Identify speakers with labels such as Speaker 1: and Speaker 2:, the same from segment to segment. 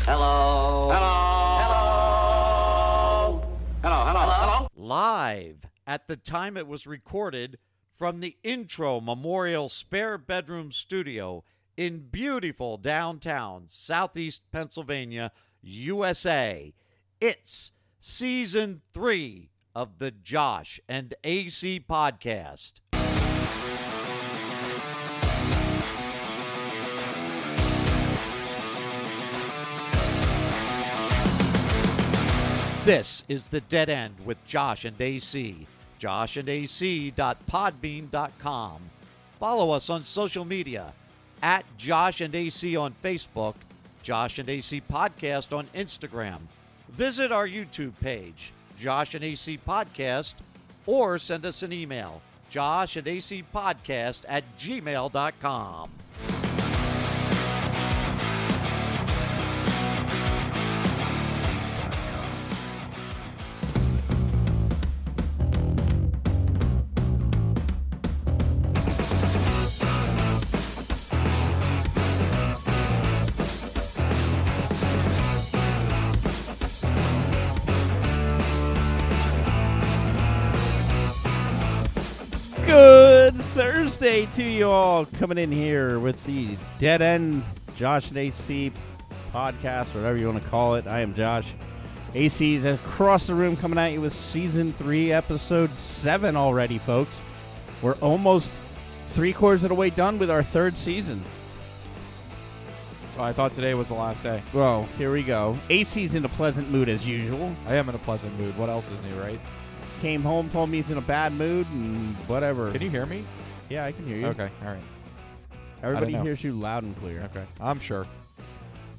Speaker 1: Hello. Hello.
Speaker 2: Hello, hello, hello.
Speaker 3: live at the time it was recorded from the Intro Memorial Spare Bedroom Studio in beautiful downtown Southeast Pennsylvania, USA. It's season three of the Josh and AC podcast. This is The Dead End with Josh and AC. joshandac.podbean.com. Follow us on social media at Josh and AC on Facebook, Josh and AC Podcast on Instagram. Visit our YouTube page, Josh and AC Podcast, or send us an email, Josh and AC Podcast at gmail.com.
Speaker 4: Good Thursday to you all. Coming in here with the Dead End Josh and AC podcast, whatever you want to call it. I am Josh. AC's across the room coming at you with season three, episode seven already, folks. We're almost three quarters of the way done with our third season.
Speaker 5: Well, I thought Oh, today was the last day.
Speaker 4: Well, here we go. AC's in a pleasant mood as usual.
Speaker 5: I am in a pleasant mood. What else is new, right?
Speaker 4: Came home, told me he's in a bad mood, and whatever.
Speaker 5: Can you hear me?
Speaker 4: Yeah, I can hear you.
Speaker 5: Okay, all right.
Speaker 4: Everybody
Speaker 5: know.
Speaker 4: hears you loud and clear.
Speaker 5: Okay, I'm sure.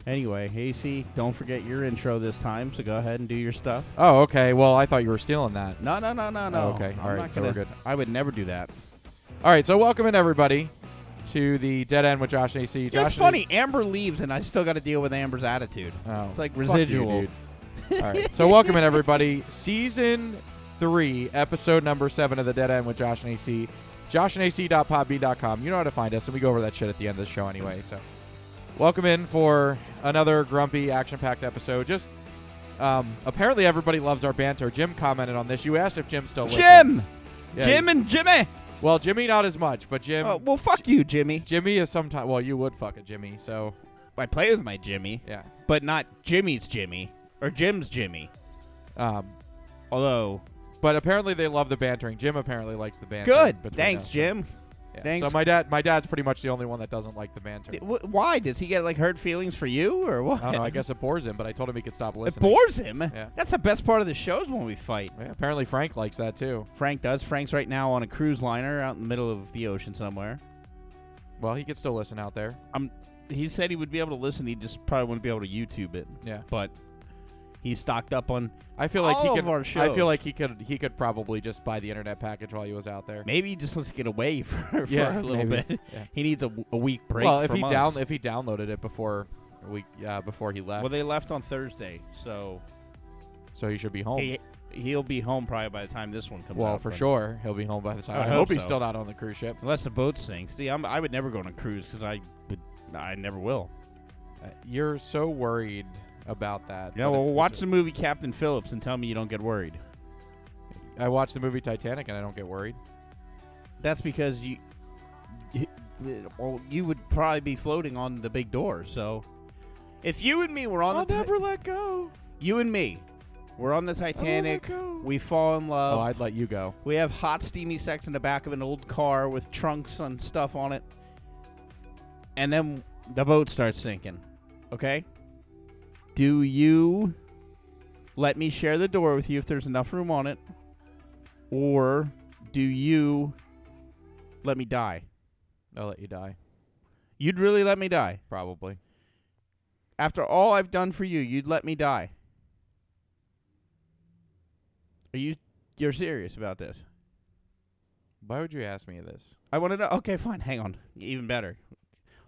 Speaker 4: Anyway, AC, don't forget your intro this time, so go ahead and do your stuff.
Speaker 5: Oh, okay. Well, I thought you were stealing that.
Speaker 4: No, no, no, no, no.
Speaker 5: Oh, okay.
Speaker 4: I'm
Speaker 5: All right,
Speaker 4: not
Speaker 5: so we're
Speaker 4: gonna-
Speaker 5: good.
Speaker 4: I would never do that.
Speaker 5: All right, so welcome in everybody to the dead end with Josh and AC. Josh
Speaker 4: it's
Speaker 5: and
Speaker 4: funny. Amber leaves, and I still got to deal with Amber's attitude.
Speaker 5: Oh,
Speaker 4: It's like
Speaker 5: fuck you,
Speaker 4: residual.
Speaker 5: dude. All right, so welcome in everybody. Season three, episode number seven of the dead end with Josh and AC. JoshAndAC.podbean.com. You know how to find us, and we go over that shit at the end of the show anyway. So, welcome in for another grumpy, action-packed episode. Just um, apparently, everybody loves our banter. Jim commented on this. You asked if Jim still listens.
Speaker 4: Jim!
Speaker 5: Yeah,
Speaker 4: Jim and Jimmy.
Speaker 5: Well, Jimmy not as much, but Jim.
Speaker 4: Oh, well, fuck you, Jimmy.
Speaker 5: Jimmy is sometimes. Well, you would fuck a Jimmy, so
Speaker 4: I play with my Jimmy,
Speaker 5: yeah.
Speaker 4: but not Jimmy's Jimmy or Jim's Jimmy.
Speaker 5: Um,
Speaker 4: Although,
Speaker 5: but apparently they love the bantering. Jim apparently likes the bantering.
Speaker 4: good.
Speaker 5: between
Speaker 4: Thanks,
Speaker 5: us.
Speaker 4: Jim.
Speaker 5: Yeah.
Speaker 4: Thanks.
Speaker 5: So my dad, my dad's pretty much the only one that doesn't like the bantering.
Speaker 4: Wh- Why does he get like hurt feelings for you or what?
Speaker 5: I don't know. Oh, I guess it bores him, but I told him he could stop
Speaker 4: it
Speaker 5: listening.
Speaker 4: bores him.
Speaker 5: Yeah.
Speaker 4: That's the best part of the show is when we fight.
Speaker 5: Yeah, apparently Frank likes that too.
Speaker 4: Frank does. Frank's right now on a cruise liner out in the middle of the ocean somewhere.
Speaker 5: Well, he could still listen out there.
Speaker 4: Um, he said he would be able to listen. He just probably wouldn't be able to YouTube it.
Speaker 5: Yeah.
Speaker 4: But he's stocked up on.
Speaker 5: I feel like
Speaker 4: All
Speaker 5: he
Speaker 4: of
Speaker 5: could.
Speaker 4: our
Speaker 5: I
Speaker 4: shows.
Speaker 5: feel like he could. He could probably just buy the internet package while he was out there.
Speaker 4: Maybe he just wants to get away for, for
Speaker 5: Yeah,
Speaker 4: a little
Speaker 5: maybe.
Speaker 4: bit.
Speaker 5: Yeah.
Speaker 4: He needs a, a week break.
Speaker 5: well, if
Speaker 4: from
Speaker 5: he
Speaker 4: us.
Speaker 5: down, if he downloaded it before we uh, before he left,
Speaker 4: well, they left on Thursday, so
Speaker 5: so he should be home.
Speaker 4: he he'll be home probably by the time this one comes.
Speaker 5: well,
Speaker 4: out,
Speaker 5: for
Speaker 4: but-
Speaker 5: sure, he'll be home by the time.
Speaker 4: I
Speaker 5: I,
Speaker 4: hope
Speaker 5: hope he's
Speaker 4: so.
Speaker 5: still not on the cruise ship.
Speaker 4: Unless the boat sinks. See, I'm, I would never go on a cruise because I would. I never will.
Speaker 5: Uh, You're so worried about that.
Speaker 4: Yeah,
Speaker 5: but
Speaker 4: well,
Speaker 5: it's-
Speaker 4: watch
Speaker 5: it's-
Speaker 4: the movie Captain Phillips and tell me you don't get worried.
Speaker 5: I watched the movie Titanic and I don't get worried.
Speaker 4: That's because you, you- well, you would probably be floating on the big door. So, if you and me were on the, Ti-
Speaker 5: let go.
Speaker 4: you and me, we're on the Titanic.
Speaker 5: go.
Speaker 4: We fall in love.
Speaker 5: Oh, I'd let you go.
Speaker 4: we have hot, steamy sex in the back of an old car with trunks and stuff on it, and then the boat starts sinking. Okay. Do you let me share the door with you if there's enough room on it, or do you let me die?
Speaker 5: I'll let you die.
Speaker 4: You'd really let me die.
Speaker 5: Probably.
Speaker 4: After all I've done for you, you'd let me die. Are you you're serious about this?
Speaker 5: Why would you ask me this?
Speaker 4: I want to know. Okay, fine. Hang on. Even better.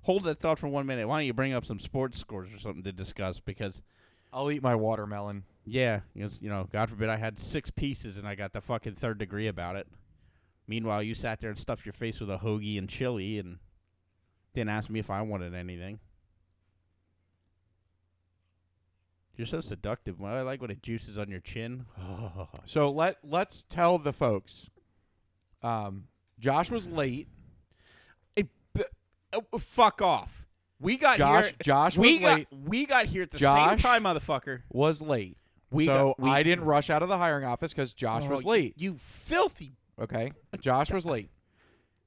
Speaker 4: Hold that thought for one minute. Why don't you bring up some sports scores or something to discuss? Because
Speaker 5: I'll eat my watermelon.
Speaker 4: yeah, because you know, God forbid I had six pieces and I got the fucking third degree about it. Meanwhile, you sat there and stuffed your face with a hoagie and chili and didn't ask me if I wanted anything. You're so seductive. What I like when it juices on your chin. Oh,
Speaker 5: So let let's tell the folks. Um, Josh was late.
Speaker 4: Hey, b- oh, fuck off. We got
Speaker 5: Josh
Speaker 4: here.
Speaker 5: Josh was
Speaker 4: we got
Speaker 5: late.
Speaker 4: we got here at the
Speaker 5: Josh?
Speaker 4: same time, motherfucker.
Speaker 5: Was late.
Speaker 4: We
Speaker 5: so
Speaker 4: got- we-
Speaker 5: I didn't rush out of the hiring office because Josh was
Speaker 4: Oh,
Speaker 5: late.
Speaker 4: You filthy.
Speaker 5: Okay, Josh was late.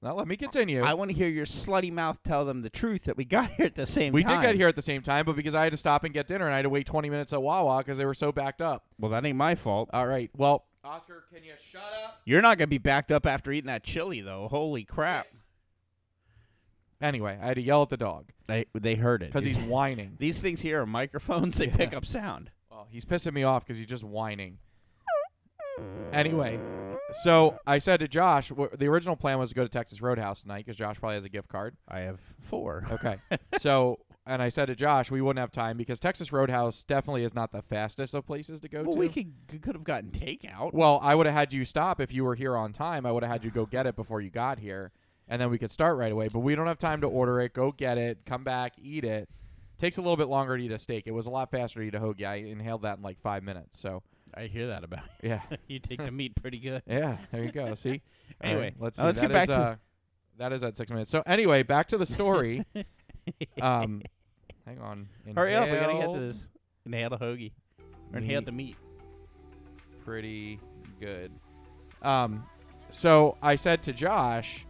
Speaker 5: Now let me continue.
Speaker 4: I want to hear your slutty mouth tell them the truth that we got here at the same
Speaker 5: we
Speaker 4: time.
Speaker 5: did get here at the same time, but because I had to stop and get dinner, and I had to wait 20 minutes at Wawa because they were so backed up.
Speaker 4: Well, that ain't my fault.
Speaker 5: All right. Well, Oscar, can you shut up?
Speaker 4: You're not gonna be backed up after eating that chili, though. Holy crap!
Speaker 5: Anyway, I had to yell at the dog
Speaker 4: They they heard it
Speaker 5: because he's whining.
Speaker 4: These things here are microphones. They pick up sound.
Speaker 5: Well, he's pissing me off because he's just whining. Anyway, so I said to Josh, w- the original plan was to go to Texas Roadhouse tonight because Josh probably has a gift card.
Speaker 4: I have four.
Speaker 5: Okay. so, and I said to Josh, we wouldn't have time because Texas Roadhouse definitely is not the fastest of places to go
Speaker 4: Well,
Speaker 5: to.
Speaker 4: we could could have gotten takeout.
Speaker 5: well, I would have had you stop if you were here on time. I would have had you go get it before you got here, and then we could start right away. But we don't have time to order it, go get it, come back, eat it. Takes a little bit longer to eat a steak. It was a lot faster to eat a hoagie. I inhaled that in like five minutes. So,
Speaker 4: I hear that about
Speaker 5: yeah.
Speaker 4: you. you take the meat pretty good.
Speaker 5: Yeah, there you go. See. All
Speaker 4: Anyway,
Speaker 5: right, let's see.
Speaker 4: uh, let's
Speaker 5: That
Speaker 4: get back
Speaker 5: is,
Speaker 4: to-
Speaker 5: uh, that is at six minutes. So anyway, back to the story. um, hang on.
Speaker 4: Hurry up! We gotta get
Speaker 5: Inhale
Speaker 4: to this. Inhale the hoagie or inhale
Speaker 5: meat
Speaker 4: the meat.
Speaker 5: pretty good. Um, so I said to Josh,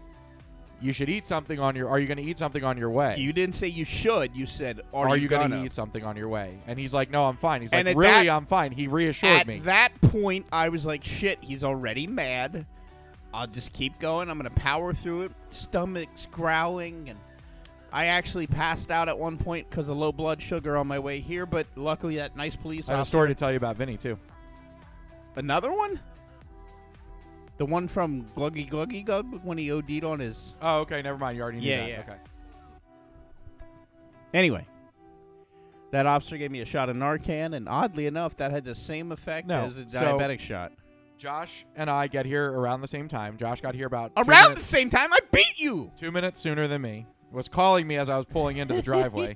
Speaker 5: "You should eat something on your. Are you going to eat something on your way?
Speaker 4: You didn't say you should. You said, "Are,
Speaker 5: are, you,
Speaker 4: gonna?"
Speaker 5: going to eat something on your way?" And he's like, "No, I'm fine." He's
Speaker 4: And
Speaker 5: like,
Speaker 4: at
Speaker 5: "Really,
Speaker 4: that-
Speaker 5: I'm fine." He reassured
Speaker 4: At
Speaker 5: me.
Speaker 4: that point, I was like, "Shit, he's already mad." I'll just keep going. I'm gonna power through it. Stomach's growling, and I actually passed out at one point because of low blood sugar on my way here. But luckily, that nice police
Speaker 5: I have a
Speaker 4: officer.
Speaker 5: story to tell you about Vinny too.
Speaker 4: Another one? The one from Gluggy Gluggy Glug when he OD'd on his.
Speaker 5: Oh, okay. Never mind. You already knew
Speaker 4: Yeah,
Speaker 5: that.
Speaker 4: yeah.
Speaker 5: Okay.
Speaker 4: Anyway, that officer gave me a shot of Narcan, and oddly enough, that had the same effect
Speaker 5: No,
Speaker 4: as the
Speaker 5: so-
Speaker 4: diabetic shot.
Speaker 5: Josh and I get here around the same time. Josh got here about two
Speaker 4: Around
Speaker 5: minutes-
Speaker 4: the same time, I beat you.
Speaker 5: two minutes sooner than me was calling me as i was pulling into the driveway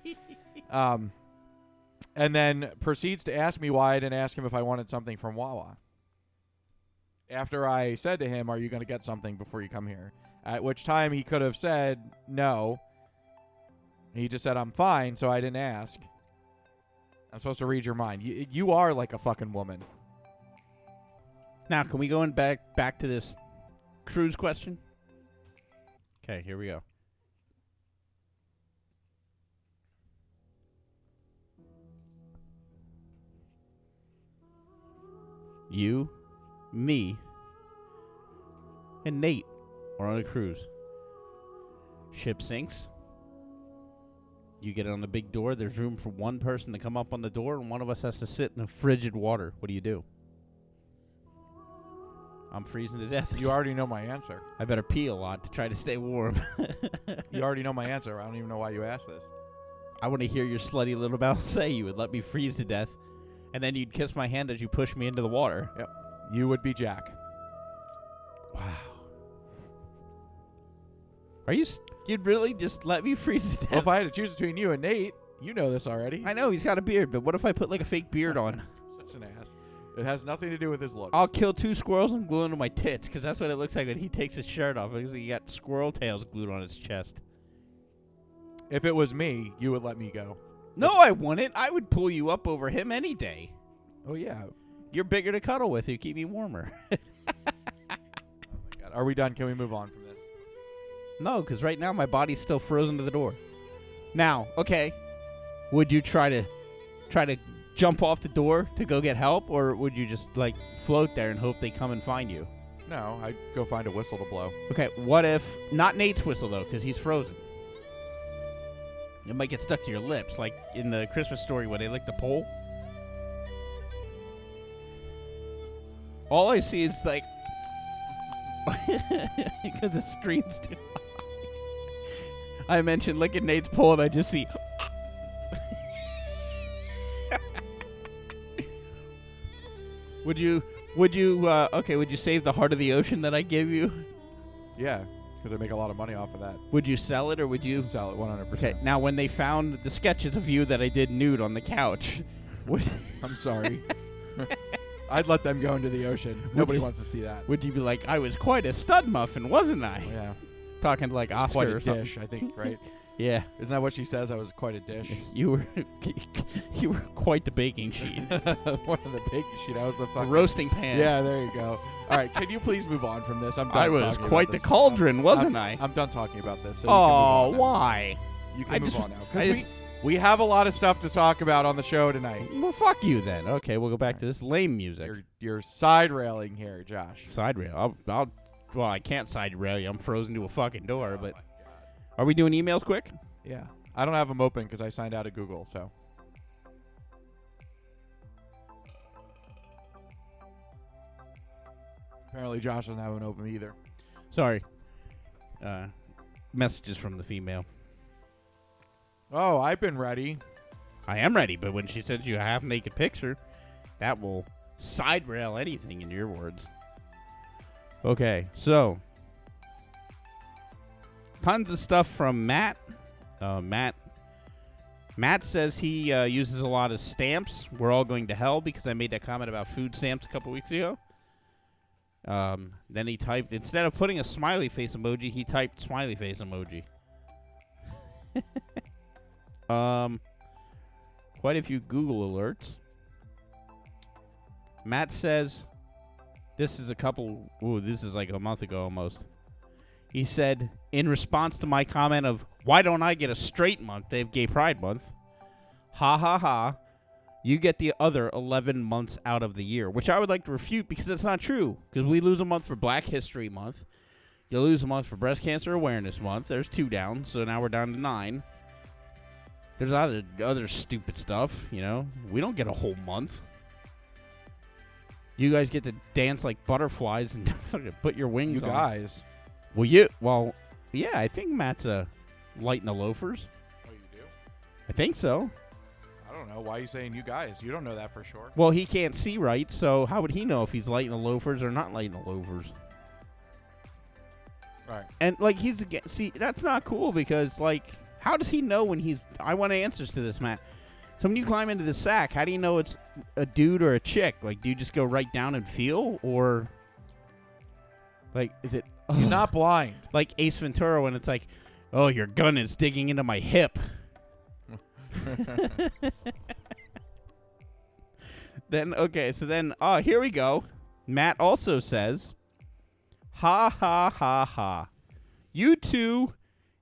Speaker 5: um, and then proceeds to ask me why i didn't ask him if i wanted something from wawa after i said to him are you going to get something before you come here at which time he could have said no he just said i'm fine so i didn't ask i'm supposed to read your mind you, you are like a fucking woman
Speaker 4: Now, can we go in back back to this cruise question? Okay, here we go. You, me, and Nate are on a cruise. Ship sinks. You get on the big door. There's room for one person to come up on the door, and one of us has to sit in the frigid water. What do you do? I'm freezing to death.
Speaker 5: you already know my answer
Speaker 4: I better pee a lot to try to stay warm.
Speaker 5: you already know my answer i don't even know why you asked this
Speaker 4: I want to hear your slutty little mouth say you would let me freeze to death, and then you'd kiss my hand as you push me into the water.
Speaker 5: you would be jack
Speaker 4: Wow. Are you? s- You'd really just let me freeze to death?
Speaker 5: Well, if I had to choose between you and Nate, you know this already.
Speaker 4: I know he's got a beard, but what if I put like a fake beard on?
Speaker 5: Such an ass. It has nothing to do with his looks.
Speaker 4: I'll kill two squirrels and glue them to my tits, because that's what it looks like when he takes his shirt off. Because he got squirrel tails glued on his chest.
Speaker 5: if it was me, you would let me go.
Speaker 4: No, I wouldn't. I would pull you up over him any day.
Speaker 5: Oh yeah.
Speaker 4: You're bigger to cuddle with. You keep me warmer.
Speaker 5: God, Are we done? Can we move on from this?
Speaker 4: No, because right now my body's still frozen to the door. Now, okay, would you try to try to jump off the door to go get help, or would you just like float there and hope they come and find you?
Speaker 5: No, I'd go find a whistle to blow.
Speaker 4: Okay, what if not Nate's whistle though, because he's frozen. It might get stuck to your lips, like in the Christmas story when they lick the pole. All I see is like, because the screen's too high. I mentioned licking Nate's pole, and I just see. would you? Would you? Uh, okay. Would you save the heart of the ocean that I gave you?
Speaker 5: Yeah, because I make a lot of money off of that.
Speaker 4: Would you sell it or would you?
Speaker 5: Sell it 100.
Speaker 4: Okay,
Speaker 5: percent
Speaker 4: now when they found the sketches of you that I did nude on the couch, Would,
Speaker 5: I'm sorry. I'd let them go into the ocean. Nobody wants to see that. Oh,
Speaker 4: would you be like, I was quite a stud muffin, wasn't I?
Speaker 5: Yeah,
Speaker 4: Talking like
Speaker 5: It's
Speaker 4: Oscar
Speaker 5: quite
Speaker 4: or
Speaker 5: a
Speaker 4: something.
Speaker 5: dish. I think, right?
Speaker 4: Yeah,
Speaker 5: Isn't that what she says? I was quite a dish.
Speaker 4: you were you were quite the baking sheet,
Speaker 5: One of the big shit. I was the
Speaker 4: the
Speaker 5: fucking.
Speaker 4: roasting pan.
Speaker 5: Yeah, there you go. All right, can you please move on from this? I'm done.
Speaker 4: I was
Speaker 5: talking about
Speaker 4: quite the
Speaker 5: this.
Speaker 4: cauldron, wasn't
Speaker 5: I'm,
Speaker 4: I?
Speaker 5: I'm done talking about this. So
Speaker 4: oh,
Speaker 5: you can move on now.
Speaker 4: why?
Speaker 5: You can
Speaker 4: I
Speaker 5: move
Speaker 4: just-
Speaker 5: on now
Speaker 4: I
Speaker 5: because
Speaker 4: just-
Speaker 5: we, we have a lot of stuff to talk about on the show tonight.
Speaker 4: Well, fuck you then. Okay, we'll go back to this lame music.
Speaker 5: You're, you're side railing here, Josh.
Speaker 4: Side rail. I'll, I'll. Well, I can't side rail you. I'm frozen to a fucking
Speaker 5: Oh
Speaker 4: door. But are we doing emails quick?
Speaker 5: Yeah, I don't have them open because I signed out of Google. So apparently, Josh doesn't have one open either.
Speaker 4: Sorry. Uh, messages from the female.
Speaker 5: Oh, I've been ready.
Speaker 4: I am ready, but when she sends you a half naked picture, that will side rail anything in your words. Okay, so tons of stuff from Matt. Uh, Matt. Matt says he uh, uses a lot of stamps. We're all going to hell because I made that comment about food stamps a couple weeks ago. Um, then he typed instead of putting a smiley face emoji, he typed smiley face emoji. um, quite a few Google alerts. Matt says, this is a couple, ooh, this is like a month ago almost. He said, in response to my comment of, why don't I get a straight month? They have Gay Pride Month. Ha ha ha. You get the other 11 months out of the year, which I would like to refute because that's not true. Because we lose a month for Black History Month. You lose a month for Breast Cancer Awareness Month. There's two down, so now we're down to nine. There's other other stupid stuff, you know. We don't get a whole month. You guys get to dance like butterflies and fucking put your wings
Speaker 5: You
Speaker 4: on.
Speaker 5: guys.
Speaker 4: Well, you well, yeah. I think Matt's uh, lighting the loafers.
Speaker 5: Oh, you do?
Speaker 4: I think so.
Speaker 5: I don't know. Why are you saying you guys? You don't know that for sure.
Speaker 4: Well, he can't see right, so how would he know if he's lighting the loafers or not lighting the loafers?
Speaker 5: All right.
Speaker 4: And like he's aga see, that's not cool because like, how does he know when he's? I want answers to this, Matt. So when you climb into the sack, how do you know it's a dude or a chick? Like, do you just go right down and feel, or like, is it?
Speaker 5: He's
Speaker 4: ugh,
Speaker 5: not blind.
Speaker 4: like Ace Ventura when it's like, "Oh, your gun is digging into my hip." Then okay, so then oh here we go. Matt also says, "Ha ha ha ha! You two,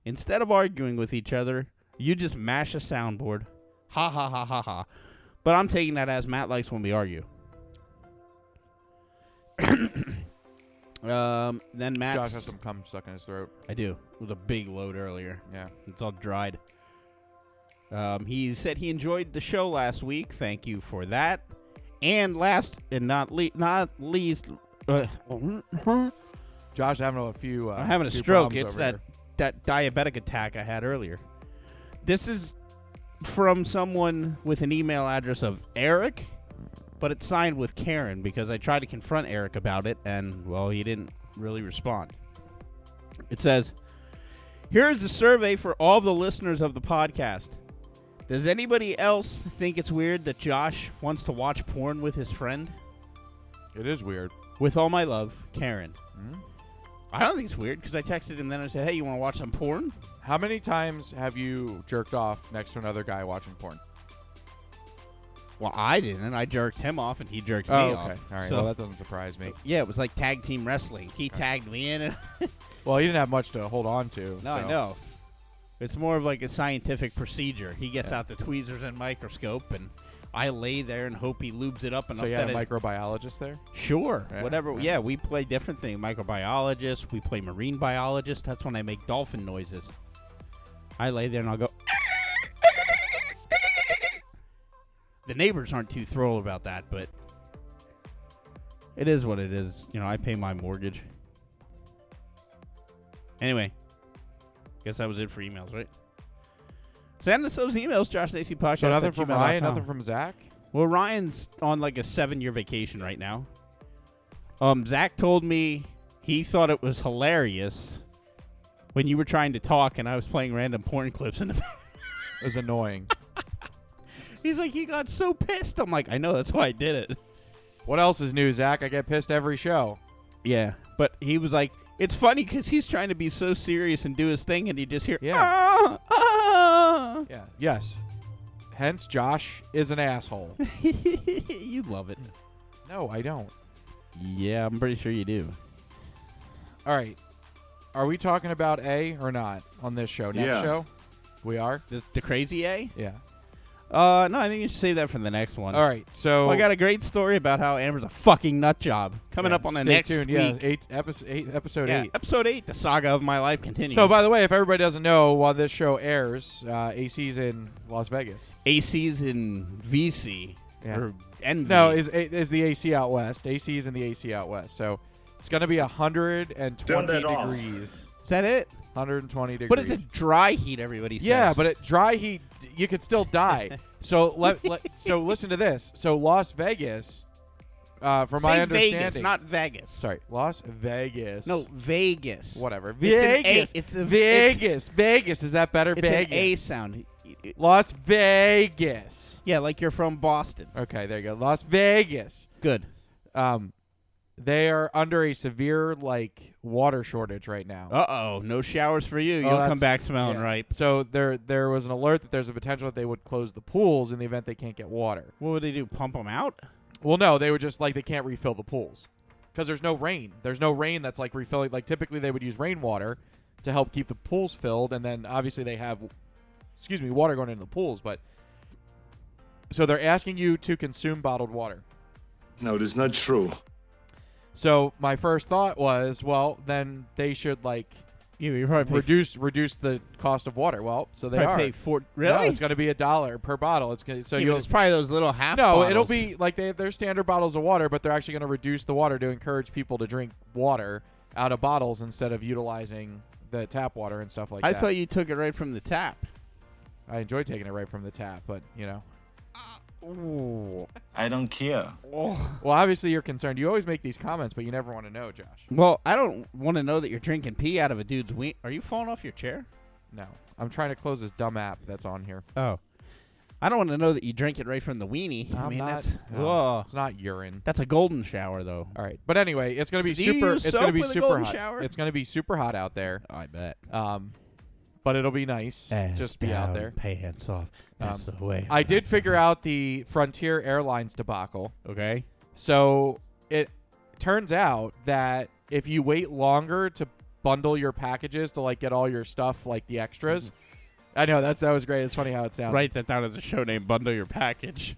Speaker 4: instead of arguing with each other, you just mash a soundboard. Ha ha ha ha ha." But I'm taking that as Matt likes when we argue. um. Then Matt.
Speaker 5: Josh has some cum stuck in his throat.
Speaker 4: I do. It was a big load earlier.
Speaker 5: Yeah.
Speaker 4: It's all dried. Um, he said he enjoyed the show last week. Thank you for that. And last and not le- not least, uh,
Speaker 5: Josh having a few. Uh,
Speaker 4: I'm having a
Speaker 5: few
Speaker 4: stroke.
Speaker 5: problems
Speaker 4: It's
Speaker 5: over
Speaker 4: that that diabetic attack I had earlier. This is from someone with an email address of Eric, but it's signed with Karen because I tried to confront Eric about it, and well, he didn't really respond. It says, "Here is a survey for all the listeners of the podcast." Does anybody else think it's weird that Josh wants to watch porn with his friend?
Speaker 5: here. It is weird.
Speaker 4: With all my love, Karen.
Speaker 5: Hmm?
Speaker 4: I don't think it's weird because I texted him then I said, "Hey, you want to watch some porn?"
Speaker 5: How many times have you jerked off next to another guy watching porn?
Speaker 4: Well, I didn't. I jerked him off and he jerked me
Speaker 5: Oh, okay.
Speaker 4: off.
Speaker 5: All right.
Speaker 4: Oh, So
Speaker 5: well, that doesn't surprise me.
Speaker 4: yeah, it was like tag team wrestling. He tagged me in. And
Speaker 5: Well, you didn't have much to hold on to.
Speaker 4: no, I
Speaker 5: so-
Speaker 4: know. It's more of like a scientific procedure. He gets
Speaker 5: Yeah.
Speaker 4: out the tweezers and microscope, and I lay there and hope he lubes it up enough
Speaker 5: So you had
Speaker 4: that
Speaker 5: a
Speaker 4: it-
Speaker 5: microbiologist there.
Speaker 4: Sure.
Speaker 5: Yeah,
Speaker 4: Whatever.
Speaker 5: yeah.
Speaker 4: Yeah. we play different things. Microbiologist. We play marine biologist. That's when I make dolphin noises. I lay there and I'll go. the neighbors aren't too thrilled about that, but it is what it is. You know, I pay my mortgage. Anyway, guess that was it for emails, right? Send us those emails, Josh Nacy Podcast.
Speaker 5: So nothing
Speaker 4: at
Speaker 5: from
Speaker 4: gmail dot
Speaker 5: Ryan,
Speaker 4: com.
Speaker 5: nothing from Zach.
Speaker 4: Well, Ryan's on like a seven year vacation right now. Um, Zach told me he thought it was hilarious when you were trying to talk and I was playing random porn clips in the back.
Speaker 5: It was annoying.
Speaker 4: He's like, he got so pissed. I'm like, I know that's why I did it.
Speaker 5: What else is new, Zach? I get pissed every show.
Speaker 4: Yeah, but he was like, it's funny because he's trying to be so serious and do his thing, and you just hear,
Speaker 5: Yeah.
Speaker 4: "Ah, ah."
Speaker 5: Yeah. Yes. Hence, Josh is an asshole.
Speaker 4: you love it.
Speaker 5: no, I don't.
Speaker 4: Yeah, I'm pretty sure you do.
Speaker 5: All right. Are we talking about A or not on this show? Next
Speaker 1: Yeah.
Speaker 5: show? We are?
Speaker 4: The, the crazy A?
Speaker 5: Yeah.
Speaker 4: Uh, no, I think you should save that for the next one.
Speaker 5: All right. So
Speaker 4: Well, I got a great story about how Amber's a fucking nut job coming
Speaker 5: Yeah,
Speaker 4: up on the
Speaker 5: stay
Speaker 4: next
Speaker 5: tuned.
Speaker 4: week.
Speaker 5: Yeah, eight, episode eight. Episode
Speaker 4: Yeah,
Speaker 5: eight.
Speaker 4: episode eight, the saga of my life continues.
Speaker 5: So, by the way, if everybody doesn't know, while this show airs, uh, AC's in Las Vegas.
Speaker 4: AC's in VC
Speaker 5: Yeah.
Speaker 4: or NV.
Speaker 5: No, is is the AC out west? AC is in the AC out west. So it's going to be 120
Speaker 1: Turn that off.
Speaker 5: degrees.
Speaker 4: is that it?
Speaker 5: 120 degrees.
Speaker 4: But it's a dry heat. Everybody says.
Speaker 5: Yeah, but at dry heat, you could still die. so let, let so listen to this. So Las Vegas, uh, from
Speaker 4: Say
Speaker 5: my understanding,
Speaker 4: Vegas, not Vegas.
Speaker 5: sorry, Las Vegas.
Speaker 4: No, Vegas.
Speaker 5: whatever.
Speaker 4: It's an A-
Speaker 5: Vegas.
Speaker 4: it's a-
Speaker 5: Vegas. Vegas. Is that better?
Speaker 4: It's
Speaker 5: Vegas.
Speaker 4: an A sound.
Speaker 5: Las Vegas.
Speaker 4: Yeah, like you're from Boston.
Speaker 5: Okay, there you go. Las Vegas.
Speaker 4: Good.
Speaker 5: Um, they are under a severe like water shortage right now.
Speaker 4: Uh oh, no showers for you.
Speaker 5: Oh,
Speaker 4: You'll come
Speaker 5: that's-
Speaker 4: back smelling
Speaker 5: yeah.
Speaker 4: ripe.
Speaker 5: So there there was an alert that there's a potential that they would close the pools in the event they can't get water.
Speaker 4: What would they do? Pump them out?
Speaker 5: Well, no, they were just like they can't refill the pools because there's no rain. There's no rain that's like refilling. Like typically they would use rainwater to help keep the pools filled, and then obviously they have, excuse me, water going into the pools. But so they're asking you to consume bottled water.
Speaker 1: No, that's not true.
Speaker 5: So my first thought was, well, then they should like
Speaker 4: Yeah, you probably pay,
Speaker 5: reduce reduce the cost of water. Well, so they
Speaker 4: probably
Speaker 5: are.
Speaker 4: pay four.
Speaker 5: No,
Speaker 4: Really?
Speaker 5: it's going to be a dollar per bottle. It's going to so
Speaker 4: Yeah, but
Speaker 5: you'll
Speaker 4: it's probably those little half.
Speaker 5: No, it'll
Speaker 4: bottles.
Speaker 5: be like they they're standard bottles of water, but they're actually going to reduce the water to encourage people to drink water out of bottles instead of utilizing the tap water and stuff like
Speaker 4: I
Speaker 5: that.
Speaker 4: thought you took it right from the tap.
Speaker 5: I enjoy taking it right from the tap, but you know.
Speaker 1: I don't care.
Speaker 4: Oh.
Speaker 5: Well, obviously you're concerned. You always make these comments, but you never want to know, Josh.
Speaker 4: Well, I don't want to know that you're drinking pee out of a dude's ween. Are you falling off your chair?
Speaker 5: No, I'm trying to close this dumb app that's on here.
Speaker 4: Oh, I don't want to know that you drink it right from the weenie.
Speaker 5: I'm
Speaker 4: I mean,
Speaker 5: not.
Speaker 4: that's
Speaker 5: no,
Speaker 4: Whoa.
Speaker 5: it's not urine.
Speaker 4: that's a golden shower though.
Speaker 5: All right, but anyway, it's going to be
Speaker 4: Do you
Speaker 5: super.
Speaker 4: use
Speaker 5: It's going to
Speaker 4: soap
Speaker 5: be
Speaker 4: with a
Speaker 5: super
Speaker 4: golden
Speaker 5: hot.
Speaker 4: shower?
Speaker 5: It's going to be super hot out there.
Speaker 4: Oh, I bet.
Speaker 5: Um, but it'll be nice. just be out there. Um,
Speaker 4: Pants off.
Speaker 5: That's
Speaker 4: the way.
Speaker 5: I did figure out the Frontier Airlines debacle.
Speaker 4: Okay.
Speaker 5: So it turns out that if you wait longer to bundle your packages to like get all your stuff, like the extras. I know that's that was great. It's funny how it sounds.
Speaker 4: Write that down as a show name. Bundle your package.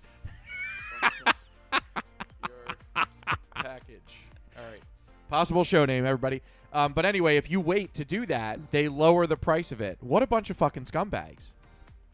Speaker 5: Package. All right. Possible show name, everybody. Um, but anyway, if you wait to do that, they lower the price of it. What a bunch of fucking scumbags.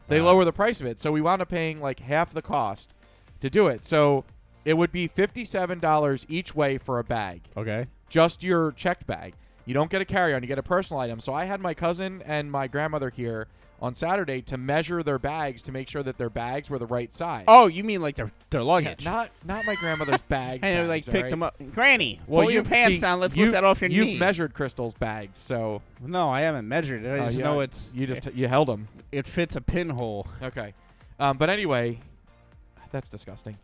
Speaker 5: They
Speaker 4: Wow.
Speaker 5: lower the price of it. So we wound up paying like half the cost to do it. So it would be $57 each way for a bag.
Speaker 4: Okay.
Speaker 5: just your checked bag. You don't get a carry on, you get a personal item. So I had my cousin and my grandmother here on Saturday to measure their bags to make sure that their bags were the right size.
Speaker 4: Oh, you mean like their their
Speaker 5: Yeah,
Speaker 4: luggage?
Speaker 5: not not my grandmother's bag.
Speaker 4: and they like
Speaker 5: bags, all
Speaker 4: picked
Speaker 5: right?
Speaker 4: them up. Granny,
Speaker 5: Well,
Speaker 4: pull
Speaker 5: you,
Speaker 4: your pants
Speaker 5: see,
Speaker 4: down. Let's
Speaker 5: you-
Speaker 4: lift that off your
Speaker 5: you've
Speaker 4: knee.
Speaker 5: measured Crystal's bags, so
Speaker 4: no, I haven't measured it. I
Speaker 5: Oh,
Speaker 4: just
Speaker 5: yeah.
Speaker 4: know it's
Speaker 5: you just you held them.
Speaker 4: it fits a pinhole.
Speaker 5: Okay, um, but anyway, that's disgusting.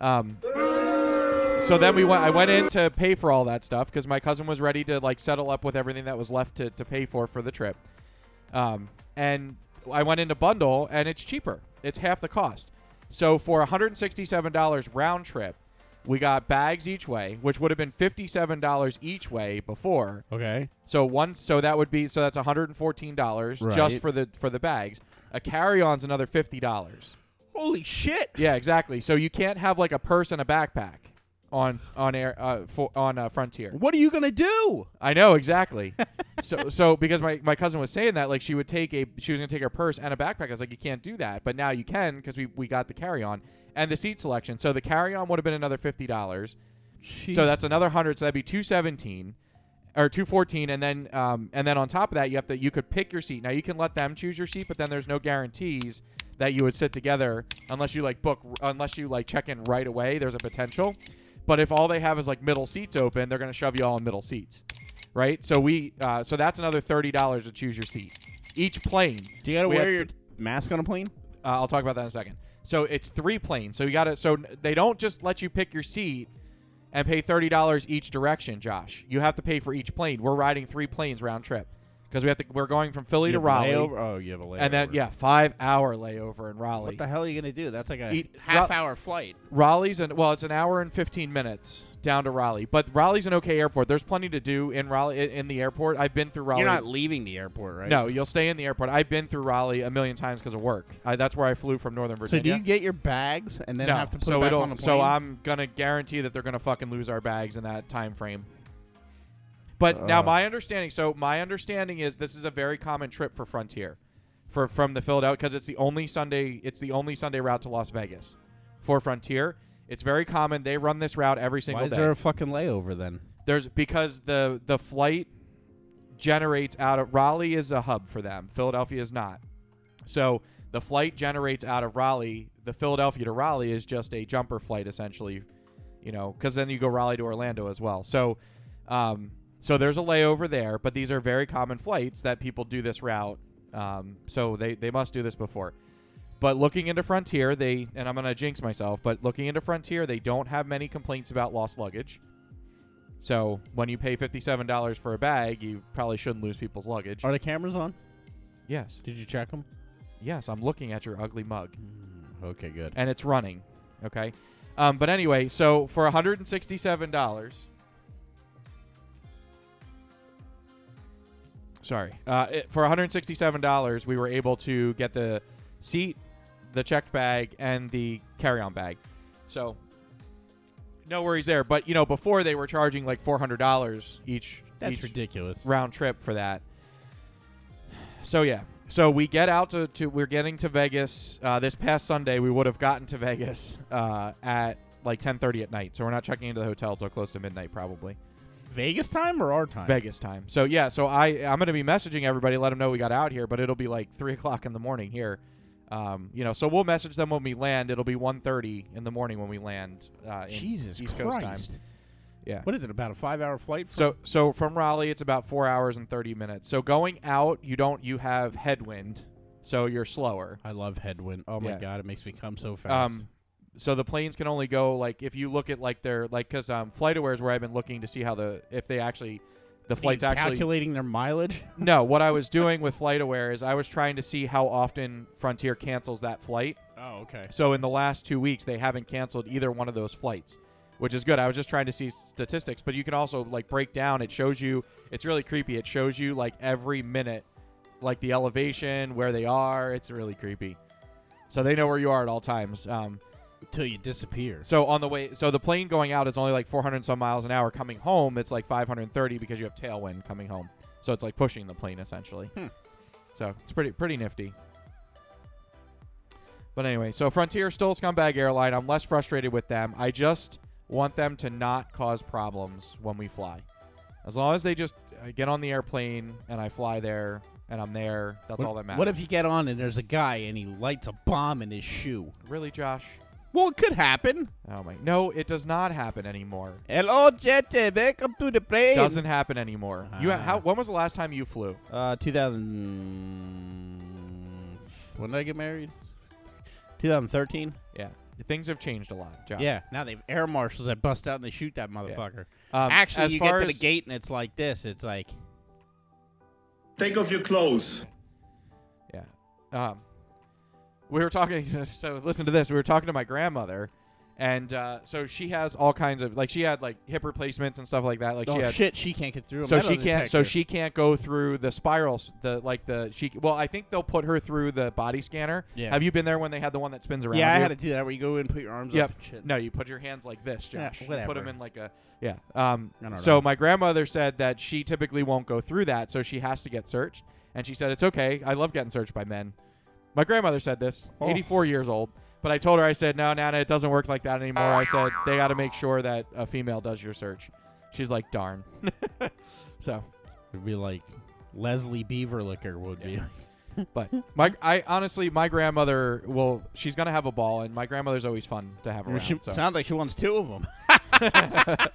Speaker 5: Um, so then we went. I went in to pay for all that stuff because my cousin was ready to like settle up with everything that was left to, to pay for for the trip. Um, and I went into bundle, and it's cheaper. It's half the cost. So for 167 dollars round trip, we got bags each way, which would have been 57 dollars each way before.
Speaker 4: Okay.
Speaker 5: So one, so that would be so that's 114 dollars just
Speaker 4: Right.
Speaker 5: for the for the bags. A carry-on's another 50 dollars.
Speaker 4: Holy shit!
Speaker 5: Yeah, exactly. So you can't have like a purse and a backpack on on air uh, for, on uh, Frontier.
Speaker 4: What are you gonna do?
Speaker 5: I know exactly. so so because my, my cousin was saying that like she would take a she was gonna take her purse and a backpack. I was like you can't do that, but now you can because we we got the carry on and the seat selection. So the carry on would have been another fifty dollars. So that's another hundred. So that'd be two seventeen or two fourteen, and then um, and then on top of that, you have to you could pick your seat. Now you can let them choose your seat, but then there's no guarantees that you would sit together unless you like book unless you like check in right away. There's a potential, but if all they have is like middle seats open, they're gonna shove you all in middle seats, right? So we uh, so that's another thirty dollars to choose your seat. Each plane.
Speaker 4: Do you gotta
Speaker 5: we
Speaker 4: wear
Speaker 5: have
Speaker 4: your
Speaker 5: to-
Speaker 4: mask on a plane?
Speaker 5: uh, I'll talk about that in a second. So it's three planes. So you got to so they don't just let you pick your seat and pay thirty dollars each direction, Josh. You have to pay for each plane. We're riding three planes round trip because we have to. We're going from Philly
Speaker 4: You
Speaker 5: to
Speaker 4: have a
Speaker 5: Raleigh,
Speaker 4: layover- Oh, you have a layover.
Speaker 5: and then yeah, five hour layover in Raleigh.
Speaker 4: What the hell are you gonna do? That's like a
Speaker 5: Eat-
Speaker 2: Half
Speaker 5: Ra-
Speaker 2: hour flight.
Speaker 5: Raleigh's an well, it's an hour and fifteen minutes down to Raleigh, but Raleigh's an okay airport. There's plenty to do in Raleigh i- in the airport. I've been through Raleigh.
Speaker 2: You're not leaving the airport, right?
Speaker 5: no, you'll stay in the airport. I've been through Raleigh a million times because of work. I, that's where I flew from Northern
Speaker 4: So
Speaker 5: Virginia.
Speaker 4: do you get your bags and then
Speaker 5: no,
Speaker 4: have to put
Speaker 5: so
Speaker 4: it back
Speaker 5: it'll-
Speaker 4: on the plane?
Speaker 5: so I'm gonna guarantee that they're gonna fucking lose our bags in that time frame. But now
Speaker 4: Uh.
Speaker 5: my understanding, so my understanding is this is a very common trip for Frontier, for from the Philadelphia because it's the only Sunday it's the only Sunday route to Las Vegas, for Frontier. It's very common. They run this route every
Speaker 4: Why
Speaker 5: single
Speaker 4: is
Speaker 5: day.
Speaker 4: there a fucking layover then?
Speaker 5: There's because the the flight generates out of Raleigh is a hub for them. Philadelphia is not. So the flight generates out of Raleigh. The Philadelphia to Raleigh is just a jumper flight essentially, you know, because then you go Raleigh to Orlando as well. So, um, so there's a layover there, but these are very common flights that people do this route. Um, so they they must do this before. But looking into Frontier, they and I'm gonna jinx myself, but looking into Frontier, they don't have many complaints about lost luggage. So when you pay fifty-seven dollars for a bag, you probably shouldn't lose people's luggage.
Speaker 4: Are the cameras on?
Speaker 5: yes,
Speaker 4: Did you check them?
Speaker 5: yes, I'm looking at your ugly mug,
Speaker 4: Okay, good.
Speaker 5: and it's running. Okay, um, but anyway, so for one hundred and sixty-seven dollars. Sorry, uh, it, for one hundred and sixty-seven dollars, we were able to get the seat, the checked bag, and the carry-on bag. So no worries there. But you know, before they were charging like four hundred dollars each.
Speaker 4: That's
Speaker 5: each
Speaker 4: ridiculous.
Speaker 5: round trip for that. So yeah, so we get out to, to we're getting to Vegas uh, this past Sunday. We would have gotten to Vegas uh, at like ten thirty at night, so we're not checking into the hotel till close to midnight probably
Speaker 4: Vegas time or our time?
Speaker 5: Vegas time. So yeah, so I I'm gonna be messaging everybody, let them know we got out here, but it'll be like three o'clock in the morning here. Um, you know, so we'll message them when we land. It'll be 1.30 in the morning when we land. Uh, in
Speaker 4: Jesus
Speaker 5: East
Speaker 4: Christ.
Speaker 5: Coast time. Yeah.
Speaker 4: What is it? About a five-hour flight? From
Speaker 5: So so from Raleigh, it's about four hours and thirty minutes. So going out, you don't you have headwind, so you're slower.
Speaker 4: I love headwind. Oh my
Speaker 5: Yeah.
Speaker 4: god, it makes me come so fast.
Speaker 5: Um, so the planes can only go like if you look at like their like because um, FlightAware is where I've been looking to see how the if they actually the
Speaker 4: Are you
Speaker 5: flights actually
Speaker 4: calculating their mileage.
Speaker 5: no. What I was doing with FlightAware is I was trying to see how often Frontier cancels that flight.
Speaker 4: Oh, okay.
Speaker 5: So in the last two weeks, they haven't canceled either one of those flights, which is good. I was just trying to see statistics, but you can also like break down. It shows you. It's really creepy. It shows you like every minute, like the elevation, where they are. It's really creepy. So they know where you are at all times. Um,
Speaker 4: Until you disappear.
Speaker 5: so on the way, so the plane going out is only like 400 and some miles an hour. Coming home, it's like 530 because you have tailwind coming home. So it's like pushing the plane essentially.
Speaker 4: Hmm.
Speaker 5: So it's pretty pretty nifty. But anyway, so Frontier still a scumbag airline. I'm less frustrated with them. I just want them to not cause problems when we fly. As long as they just uh, get on the airplane and I fly there and I'm there, that's
Speaker 4: what,
Speaker 5: all that matters.
Speaker 4: What if you get on and there's a guy and he lights a bomb in his shoe?
Speaker 5: really, Josh?
Speaker 4: Well, it could happen.
Speaker 5: Oh my! No, it does not happen anymore.
Speaker 4: Hello, Jete. Welcome to the plane.
Speaker 5: doesn't happen anymore. you
Speaker 4: Ah.
Speaker 5: how, when was the last time you flew?
Speaker 4: Uh, 2000. When did I get married? 2013.
Speaker 5: Yeah, things have changed a lot, Josh.
Speaker 4: Yeah. Now they've air marshals that bust out and they shoot that motherfucker.
Speaker 5: Um,
Speaker 4: Actually,
Speaker 5: as
Speaker 4: you get
Speaker 5: far
Speaker 4: to the
Speaker 5: as-
Speaker 4: gate and it's like this. It's like
Speaker 1: Take off your clothes.
Speaker 5: Yeah. Um, we were talking. So listen to this. We were talking to my grandmother, and uh, so she has all kinds of like she had like hip replacements and stuff like that. Like
Speaker 4: oh
Speaker 5: she had.
Speaker 4: shit, she can't get through. a
Speaker 5: So
Speaker 4: metal
Speaker 5: she can't. So
Speaker 4: detector.
Speaker 5: she can't go through the spirals. The like the she. Well, I think they'll put her through the body scanner.
Speaker 4: Yeah.
Speaker 5: Have you been there when they had the one that spins around?
Speaker 4: Yeah, I
Speaker 5: you?
Speaker 4: had to do that where you go in and put your arms
Speaker 5: Yep.
Speaker 4: up. and shit.
Speaker 5: No, you put your hands like this,
Speaker 4: Yeah,
Speaker 5: Josh. You put
Speaker 4: whatever.
Speaker 5: them in like a yeah. Um,
Speaker 4: I don't
Speaker 5: so
Speaker 4: know.
Speaker 5: my grandmother said that she typically won't go through that, so she has to get searched. And she said it's okay. I love getting searched by men. My grandmother said this,
Speaker 4: Oh.
Speaker 5: 84 years old. But I told her, I said, no, Nana, it doesn't work like that anymore. I said they got to make sure that a female does your search. She's like, darn. so
Speaker 4: It'd be like Leslie Beaverlicker would be.
Speaker 5: Yeah. But my, I honestly, my grandmother will. She's gonna have a ball, and my grandmother's always fun to have around.
Speaker 4: she
Speaker 5: so.
Speaker 4: sounds like she wants two of them.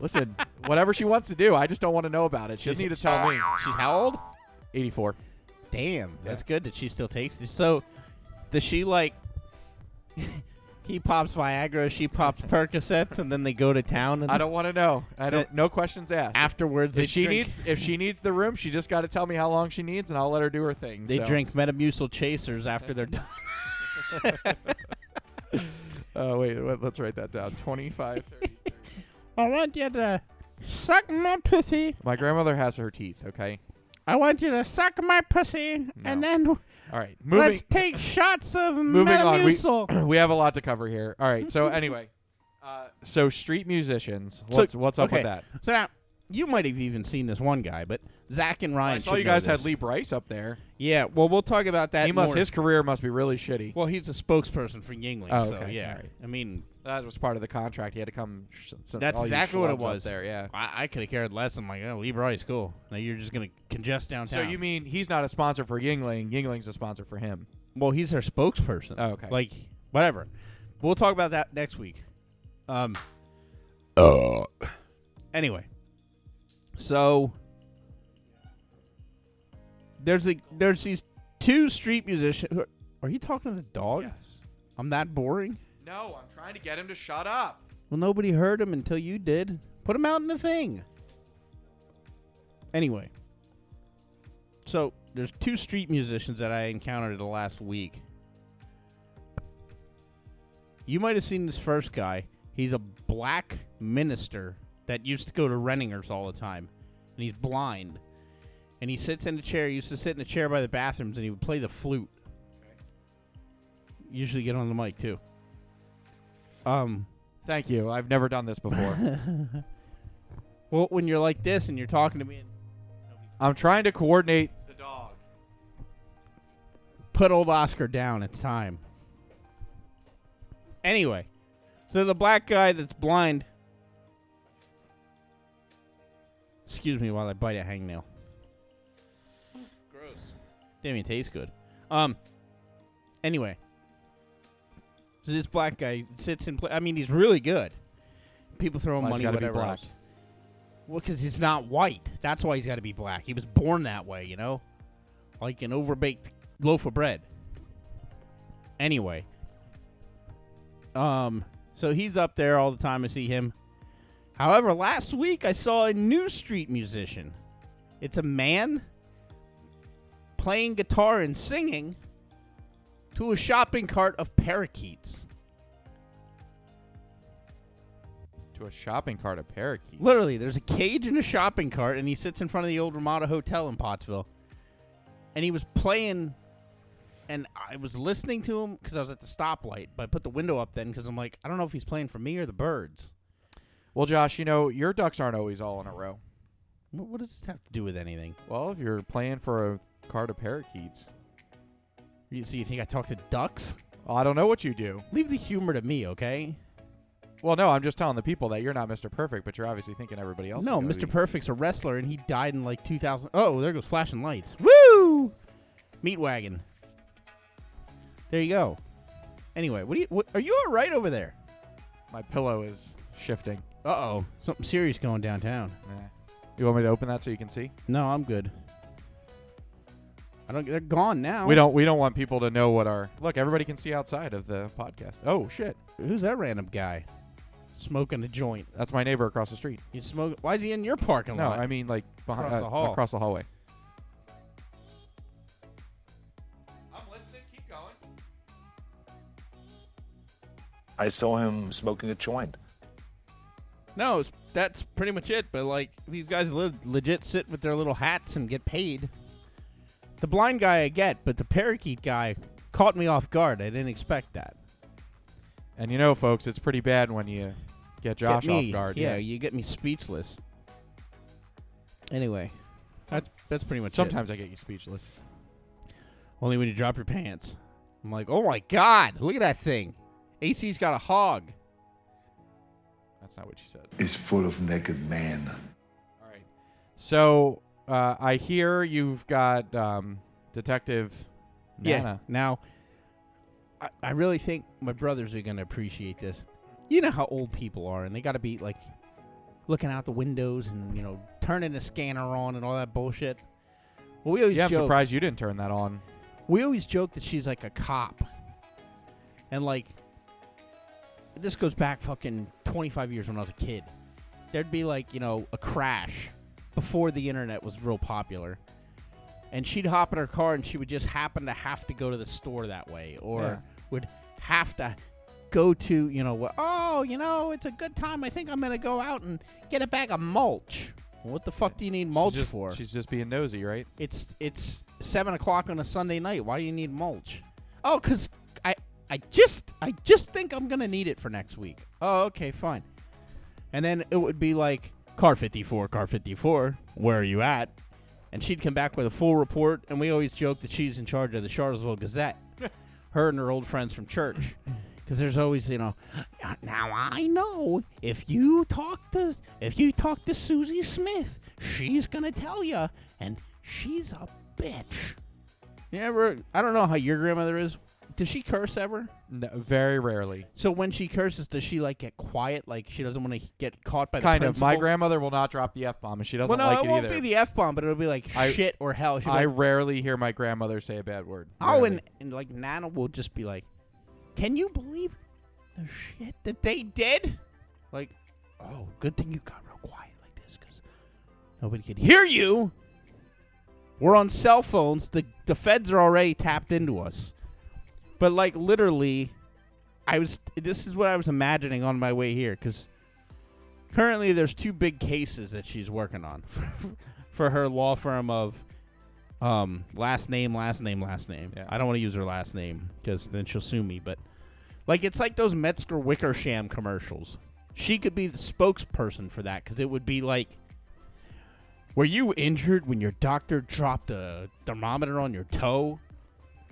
Speaker 5: Listen, whatever she wants to do, I just don't want to know about it. She doesn't need to tell me.
Speaker 4: She's how old?
Speaker 5: 84.
Speaker 4: Damn, that's good that she still takes it. So, does she like He pops Viagra, she pops Percocets, and then they go to town. And
Speaker 5: I don't want to know. I don't. No questions asked.
Speaker 4: Afterwards, they
Speaker 5: if she
Speaker 4: drink,
Speaker 5: needs, if she needs the room, she just got to tell me how long she needs, and I'll let her do her thing.
Speaker 4: they
Speaker 5: so.
Speaker 4: drink Metamucil chasers after they're done.
Speaker 5: Oh wait, wait, let's write that down. Twenty-five. 30.
Speaker 4: I want you to suck my pussy.
Speaker 5: My grandmother has her teeth. Okay.
Speaker 4: I want you to suck my pussy,
Speaker 5: No.
Speaker 4: and then
Speaker 5: All right. Moving.
Speaker 4: let's take shots of
Speaker 5: moving on. We,
Speaker 4: Metamucil.
Speaker 5: we have a lot to cover here. All right. So anyway, uh, so street musicians.
Speaker 4: So-
Speaker 5: What's what's up
Speaker 4: okay.
Speaker 5: with that?
Speaker 4: So now you might have even seen this one guy, but Zach and Ryan.
Speaker 5: I saw
Speaker 4: should
Speaker 5: you
Speaker 4: know
Speaker 5: guys had
Speaker 4: this.
Speaker 5: Lee Bryce up there.
Speaker 4: Yeah, well, we'll talk about that.
Speaker 5: He must.
Speaker 4: more.
Speaker 5: His career must be really shitty.
Speaker 4: well, he's a spokesperson for Yingling.
Speaker 5: Oh,
Speaker 4: so
Speaker 5: okay,
Speaker 4: yeah,
Speaker 5: all right.
Speaker 4: I mean
Speaker 5: That was part of the contract. He had to come. Sh- s-
Speaker 4: that's
Speaker 5: all you
Speaker 4: exactly what
Speaker 5: schlubs
Speaker 4: it
Speaker 5: up
Speaker 4: was.
Speaker 5: there. Yeah.
Speaker 4: I, I could have cared less. I'm like, oh, Lee Bryce, cool. Now you're just gonna congest
Speaker 5: So
Speaker 4: downtown.
Speaker 5: you mean he's not a sponsor for Yingling? Yingling's a sponsor for him.
Speaker 4: Well, he's their spokesperson.
Speaker 5: Oh, okay.
Speaker 4: Like whatever. We'll talk about that next week. Um. Anyway, so there's a there's these two street musicians. Are you talking to the dog? I'm that boring.
Speaker 5: No, I'm trying to get him to shut up.
Speaker 4: Well, nobody heard him until you did. Put him out in the thing. Anyway, so there's two street musicians that I encountered in the last week. You might have seen this first guy. He's a black minister that used to go to Renninger's all the time, and he's blind. And he sits in a chair. He used to sit in a chair by the bathrooms, and he would play the flute. Usually, get on the mic too. Um.
Speaker 5: Thank you. I've never done this before.
Speaker 4: Well, when you're like this and you're talking to me and
Speaker 5: I'm trying to coordinate the dog.
Speaker 4: put old Oscar down, it's time. Anyway, so the black guy that's blind. Excuse me while I bite a hangnail. Gross. Didn't even taste good. Um. Anyway, so this black guy sits and play. I mean, he's really good. People throw him
Speaker 5: Why's
Speaker 4: money,
Speaker 5: gotta be
Speaker 4: whatever
Speaker 5: black?
Speaker 4: else. Well, because he's not white. That's why he's got to be black. He was born that way, you know, like an overbaked loaf of bread. Anyway, um, so he's up there all the time. I see him. However, last week I saw a new street musician. It's a man playing guitar and singing to a shopping cart of parakeets.
Speaker 5: To a shopping cart of parakeets.
Speaker 4: Literally, there's a cage and a shopping cart, and he sits in front of the old Ramada Hotel in Pottsville. And he was playing, and I was listening to him because I was at the stoplight, but I put the window up then because I'm like, I don't know if he's playing for me or the birds.
Speaker 5: Well, Josh, you know your ducks aren't always all in a row.
Speaker 4: Wh- What does this have to do with anything?
Speaker 5: Well, if you're playing for a cart of parakeets,
Speaker 4: You, so you think I talk to ducks?
Speaker 5: well, I don't know what you do.
Speaker 4: Leave the humor to me, okay?
Speaker 5: Well, no, I'm just telling the people that you're not Mr. Perfect, but you're obviously thinking everybody else.
Speaker 4: No,
Speaker 5: is gonna
Speaker 4: Mr.
Speaker 5: be-
Speaker 4: Perfect's a wrestler, and he died in like 2000. Oh, there goes flashing lights. Woo! Meat wagon. There you go. Anyway, what do you? What, are you all right over there?
Speaker 5: My pillow is shifting.
Speaker 4: Uh oh, something serious going downtown.
Speaker 5: Nah. You want me to open that so you can see?
Speaker 4: No, I'm good. I don't. They're gone now.
Speaker 5: We don't. We don't want people to know what our look. Everybody can see outside of the podcast. Oh shit,
Speaker 4: Who's that random guy? Smoking a joint.
Speaker 5: that's my neighbor across the street.
Speaker 4: You smoke? Why is he in your parking
Speaker 5: No,
Speaker 4: lot?
Speaker 5: I mean like behind
Speaker 4: Across
Speaker 5: uh,
Speaker 4: the hall.
Speaker 5: across the hallway. I'm listening. Keep going.
Speaker 2: I saw him smoking a joint.
Speaker 4: No, it's, that's pretty much it. But like these guys le- legit sit with their little hats and get paid. The blind guy I get, but the parakeet guy caught me off guard. I didn't expect that.
Speaker 5: And you know, folks, it's pretty bad when you get
Speaker 4: Get
Speaker 5: Josh
Speaker 4: me-
Speaker 5: off guard.
Speaker 4: Yeah, you get me speechless. Anyway, that's that's pretty much it.
Speaker 5: Sometimes I get you speechless.
Speaker 4: Only when you drop your pants. I'm like, oh my god, look at that thing. AC's got a hog.
Speaker 5: That's not what you said.
Speaker 6: is full of naked men.
Speaker 5: All right. So uh, I hear you've got um, Detective Nana.
Speaker 4: Yeah. Now, I, I really think my brothers are going to appreciate this. You know how old people are, and they got to be like looking out the windows and you know turning the scanner on and all that bullshit. Well, we always
Speaker 5: Yeah, I'm
Speaker 4: joke.
Speaker 5: surprised you didn't turn that on.
Speaker 4: We always joke that she's like a cop, and like this goes back fucking 25 years when I was a kid. There'd be like, you know, a crash before the internet was real popular. And she'd hop in her car and she would just happen to have to go to the store that way or
Speaker 5: Yeah.
Speaker 4: would have to go to, you know, wha- oh, you know, it's a good time. I think I'm going to go out and get a bag of mulch. Well, what the fuck do you need mulch
Speaker 5: she's just,
Speaker 4: for?
Speaker 5: She's just being nosy, right?
Speaker 4: It's it's seven o'clock on a Sunday night. Why do you need mulch? Oh, cause I I just I just think I'm gonna need it for next week. Oh, okay, fine. And then it would be like car 54, car 54. Where are you at? And she'd come back with a full report. And we always joke that she's in charge of the Charlottesville Gazette. her and her old friends from church. Because there's always, you know, now I know if you talk to if you talk to Susie Smith, she's gonna tell you, and she's a bitch. You ever? I don't know how your grandmother is. Does she curse ever?
Speaker 5: No, very rarely.
Speaker 4: So when she curses, does she like get quiet? Like she doesn't want to get caught by the
Speaker 5: Kind of. My
Speaker 4: principal?
Speaker 5: grandmother will not drop the f bomb, and she doesn't
Speaker 4: Well, no, it
Speaker 5: like it,
Speaker 4: won't
Speaker 5: either.
Speaker 4: be the f bomb, but it'll be like
Speaker 5: I-
Speaker 4: shit or hell. She'll be
Speaker 5: I
Speaker 4: like,
Speaker 5: rarely hear my grandmother say a bad word.
Speaker 4: Oh,
Speaker 5: Rarely.
Speaker 4: and, and like Nana will just be like, "Can you believe the shit that they did?" Like, oh, good thing you got real quiet like this because nobody could hear you. We're on cell phones. The the feds are already tapped into us. But like literally, I was. This is what I was imagining on my way here because currently there's two big cases that she's working on for her law firm of um, last name, last name, last name.
Speaker 5: Yeah.
Speaker 4: I don't want to use her last name because then she'll sue me. But like, it's like those Metzger Wickersham commercials. She could be the spokesperson for that because it would be like, were you injured when your doctor dropped a thermometer on your toe?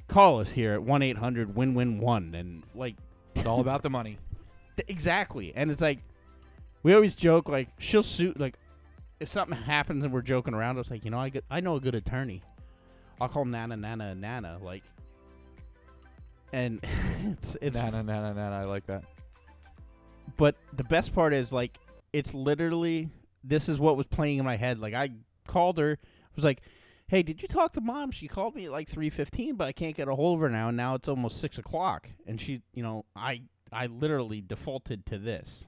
Speaker 4: Call us here at one eight hundred win win one and like
Speaker 5: it's all about the money.
Speaker 4: Th- Exactly. And it's like we always joke like she'll sue like if something happens and we're joking around, it's like, you know, I get, I know a good attorney. I'll call Nana Nana Nana like and it's it's
Speaker 5: Nah, nah, nah, nah, nah, nah, I like that.
Speaker 4: but the best part is like it's literally this is what was playing in my head. Like I called her, was like, "Hey, did you talk to mom? She called me at like three fifteen, but I can't get a hold of her now. And now it's almost six o'clock, and she, you know, I I literally defaulted to this.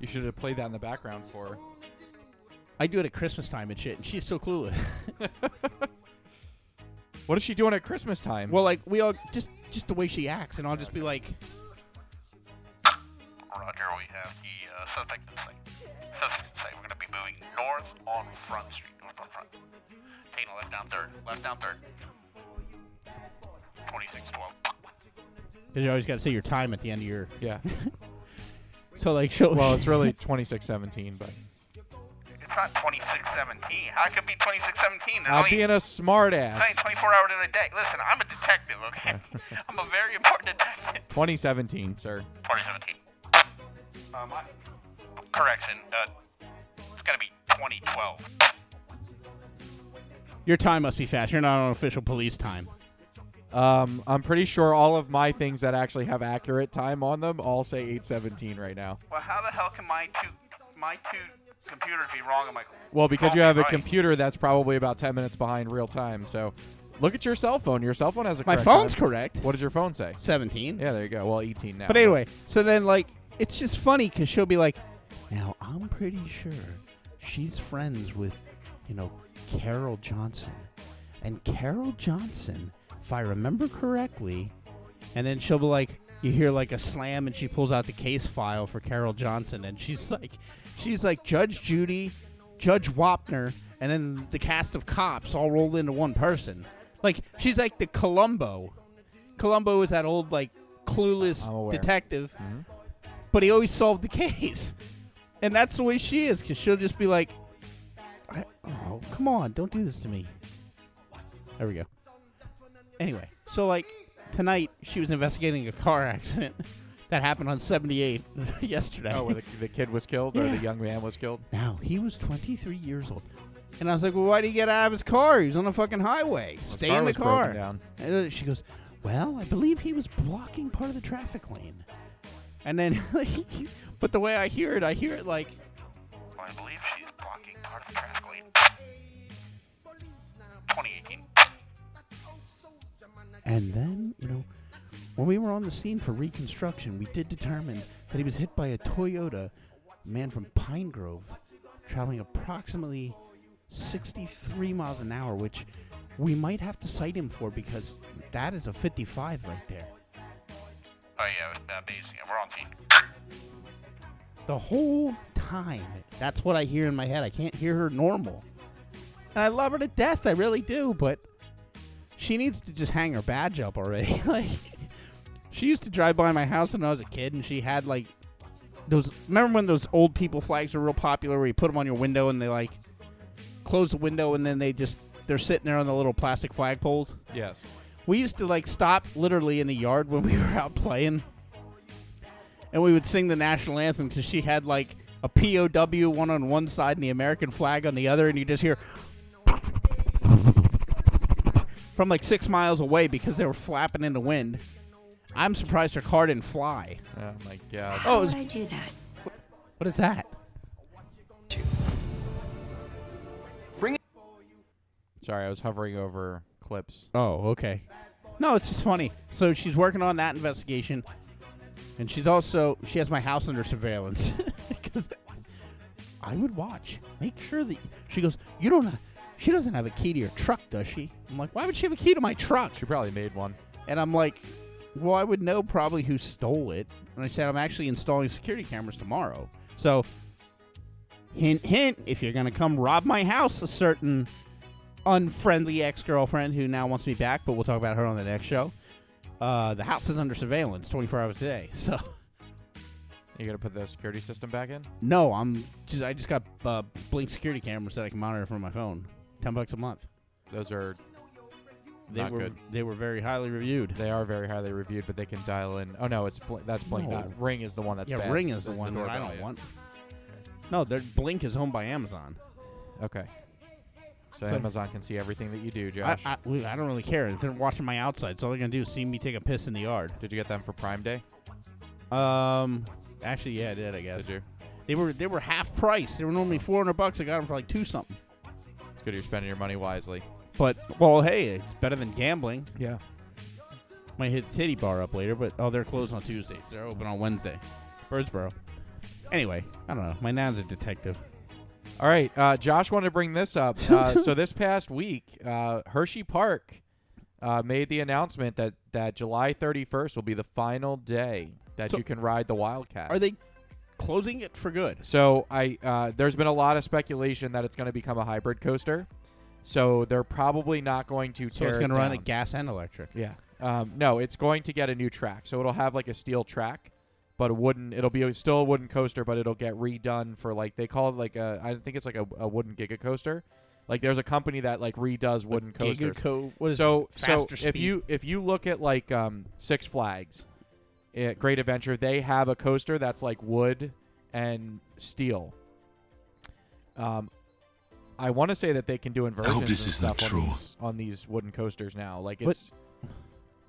Speaker 5: You should have played that in the background for her.
Speaker 4: I do it at Christmas time and shit, and she's so clueless.
Speaker 5: What is she doing at Christmas time?
Speaker 4: well, like we all just just the way she acts, and I'll just be like,
Speaker 7: Roger, we have the uh, suspect inside. Suspect inside. We're gonna be moving north on Front Street. North on Front. Taking a left down third. Left down third. 2612.
Speaker 4: because you always got to say your time at the end of your.
Speaker 5: yeah.
Speaker 4: So like she'll
Speaker 5: Well, it's really 2617, but
Speaker 7: It's not 2617. How could it be 2617? There's
Speaker 5: I'm
Speaker 7: only,
Speaker 5: being a smartass.
Speaker 7: there's only 24 hours in a day. Listen, I'm a detective, okay? I'm a very important detective.
Speaker 5: 2017, sir.
Speaker 7: 2017. Um, I, correction. Uh, it's gonna be 2012.
Speaker 4: your time must be fast. You're not on official police time.
Speaker 5: Um, I'm pretty sure all of my things that actually have accurate time on them all say 817 right now.
Speaker 7: Well, how the hell can my two my two computers be wrong on my?
Speaker 5: Well, because
Speaker 7: wrong
Speaker 5: you have
Speaker 7: and
Speaker 5: a
Speaker 7: right?
Speaker 5: computer that's probably about 10 minutes behind real time. So look at your cell phone. Your cell phone has a
Speaker 4: My
Speaker 5: correct
Speaker 4: phone's
Speaker 5: time.
Speaker 4: correct.
Speaker 5: What does your phone say?
Speaker 4: Seventeen.
Speaker 5: Yeah, there you go. Well, 18 now.
Speaker 4: But anyway, so then like it's just funny because she'll be like, "Now I'm pretty sure she's friends with, you know, Carol Johnson, and Carol Johnson, if I remember correctly." And then she'll be like, you hear like a slam, and she pulls out the case file for Carol Johnson, and she's like, she's like Judge Judy, Judge Wapner, and then the cast of cops all rolled into one person. Like she's like the Columbo. Columbo is that old like
Speaker 5: I'm
Speaker 4: clueless
Speaker 5: aware. Mm-hmm.
Speaker 4: detective, but he always solved the case, and that's the way she is because she'll just be like, I, "Oh, come on, don't do this to me." There we go. Anyway, so like tonight she was investigating a car accident that happened on 78 yesterday.
Speaker 5: Oh, where the, the kid was killed or
Speaker 4: Yeah.
Speaker 5: the young man was killed?
Speaker 4: Now he was 23 years old, and I was like, "Well, why did he get out of his car? He was on the fucking highway. Stay
Speaker 5: car
Speaker 4: in the
Speaker 5: was
Speaker 4: car."
Speaker 5: broken down.
Speaker 4: And then she goes, "Well, I believe he was blocking part of the traffic lane." And then, like, but the way I hear it, I hear it like,
Speaker 7: I believe she's blocking part of the traffic lane. 2018.
Speaker 4: And then, you know, when we were on the scene for reconstruction, we did determine that he was hit by a Toyota a man from Pine Grove traveling approximately 63 miles an hour, which we might have to cite him for because that is a 55 right there.
Speaker 7: Oh yeah, that amazing. We're on team.
Speaker 4: The whole time. That's what I hear in my head. I can't hear her normal. And I love her to death. I really do. But she needs to just hang her badge up already. like, she used to drive by my house when I was a kid, and she had like those. Remember when those old people flags were real popular, where you put them on your window and they like close the window, and then they just they're sitting there on the little plastic flag poles.
Speaker 5: Yes.
Speaker 4: We used to like stop literally in the yard when we were out playing, and we would sing the national anthem because she had like a POW one on one side and the American flag on the other, and you just hear from like six miles away because they were flapping in the wind. I'm surprised her car didn't fly.
Speaker 5: Oh my god.
Speaker 4: Oh, it
Speaker 8: Why
Speaker 4: was,
Speaker 8: would I do that?
Speaker 4: what is that?
Speaker 5: Sorry, I was hovering over clips.
Speaker 4: Oh, okay. No, it's just funny. So she's working on that investigation, and she's also she has my house under surveillance because I would watch, make sure that she goes. You don't. ha- She doesn't have a key to your truck, does she? I'm like, why would she have a key to my truck?
Speaker 5: She probably made one.
Speaker 4: And I'm like, well, I would know probably who stole it. And I said, I'm actually installing security cameras tomorrow. So, hint, hint, if you're going to come rob my house, a certain unfriendly ex girlfriend who now wants me back, but we'll talk about her on the next show. Uh, the house is under surveillance 24 hours a day. So,
Speaker 5: You gonna put the security system back in?
Speaker 4: no, I'm just, I just got uh, Blink security cameras that I can monitor from my phone. 10 bucks a month.
Speaker 5: Those are
Speaker 4: They
Speaker 5: Not
Speaker 4: were
Speaker 5: good.
Speaker 4: they were very highly reviewed.
Speaker 5: they are very highly reviewed, but they can dial in. Oh no, it's bl- that's blink.
Speaker 4: No.
Speaker 5: Not. Ring is the one that's
Speaker 4: yeah,
Speaker 5: bad.
Speaker 4: Ring is the
Speaker 5: This
Speaker 4: one that I
Speaker 5: doorbell,
Speaker 4: don't
Speaker 5: yeah.
Speaker 4: want. No, their Blink is owned by Amazon.
Speaker 5: Okay. So
Speaker 4: But-
Speaker 5: Amazon can see everything that you do,
Speaker 4: I,
Speaker 5: Josh.
Speaker 4: I, we- I don't really care. They're watching my outside, so all they're gonna do is see me take a piss in the yard.
Speaker 5: Did you get them for Prime Day?
Speaker 4: Um, actually, yeah, I did. I guess
Speaker 5: Did you?
Speaker 4: they were they were half price. They were normally four hundred bucks. I got them for like two something.
Speaker 5: It's good you're spending your money wisely.
Speaker 4: But well, hey, it's better than gambling.
Speaker 5: Yeah.
Speaker 4: Might hit the titty bar up later, but oh, they're closed on Tuesdays. They're open on Wednesday. Birdsboro. Anyway, I don't know. My nan's a detective.
Speaker 5: All right. Uh, Josh wanted to bring this up. Uh, so this past week, uh, Hershey Park uh, made the announcement that that July 31st will be the final day that
Speaker 4: So-
Speaker 5: you can ride the Wildcat.
Speaker 4: Are they closing it for good?
Speaker 5: So I uh, there's been a lot of speculation that it's going to become a hybrid coaster. So they're probably not going to
Speaker 4: So
Speaker 5: tear
Speaker 4: it's
Speaker 5: going
Speaker 4: gonna
Speaker 5: to
Speaker 4: run at gas and electric.
Speaker 5: Yeah. Um, no, it's going to get a new track. So it'll have like a steel track, but a wooden. It'll be a, still a wooden coaster, but it'll get redone for like they call it like a. I think it's like a, a wooden giga coaster. Like there's a company that like redoes wooden coasters.
Speaker 4: Co- what is
Speaker 5: so
Speaker 4: it?
Speaker 5: so
Speaker 4: Faster
Speaker 5: if
Speaker 4: speed.
Speaker 5: you if you look at like um, Six Flags, at Great Adventure, they have a coaster that's like wood and steel. Um, I want to say that they can do inversions.
Speaker 6: this
Speaker 5: and
Speaker 6: is not
Speaker 5: stuff
Speaker 6: true.
Speaker 5: On these, on these wooden coasters now, like
Speaker 4: But-
Speaker 5: it's.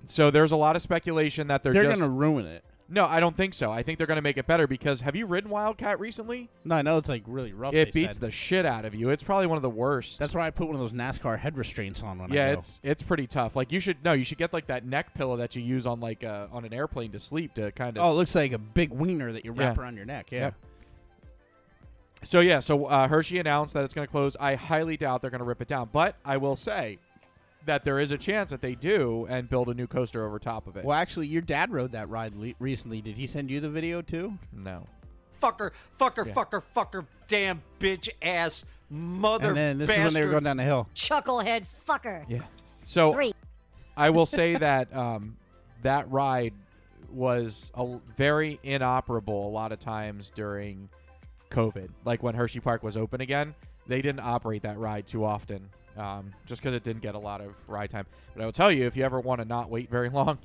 Speaker 5: So there's a lot of speculation that they're,
Speaker 4: they're
Speaker 5: just
Speaker 4: gonna ruin it.
Speaker 5: no. I don't think so. I think they're gonna make it better because have you ridden Wildcat recently?
Speaker 4: No, I know it's like really rough.
Speaker 5: it
Speaker 4: they
Speaker 5: beats
Speaker 4: said.
Speaker 5: the shit out of you. It's probably one of the worst.
Speaker 4: That's why I put one of those NASCAR head restraints on when I
Speaker 5: yeah,
Speaker 4: go.
Speaker 5: it's it's pretty tough. Like you should no, you should get like that neck pillow that you use on like uh, on an airplane to sleep to kind of.
Speaker 4: oh, it looks like a big wiener that you wrap
Speaker 5: Yeah.
Speaker 4: around your neck. Yeah,
Speaker 5: Yep. So yeah, so uh, Hershey announced that it's going to close. I highly doubt they're going to rip it down, but I will say that there is a chance that they do and build a new coaster over top of it.
Speaker 4: Well, actually, your dad rode that ride le- recently. Did he send you the video too?
Speaker 5: No.
Speaker 3: Fucker, fucker, fucker, fucker, damn bitch ass mother
Speaker 4: and then this
Speaker 3: bastard.
Speaker 4: is when they were going down the hill.
Speaker 9: Chucklehead fucker.
Speaker 5: Yeah. So
Speaker 9: Three.
Speaker 5: I will say that um, that ride was a l- very inoperable a lot of times during COVID. Like when Hershey Park was open again, they didn't operate that ride too often um, just because it didn't get a lot of ride time. But I will tell you, if you ever want to not wait very long,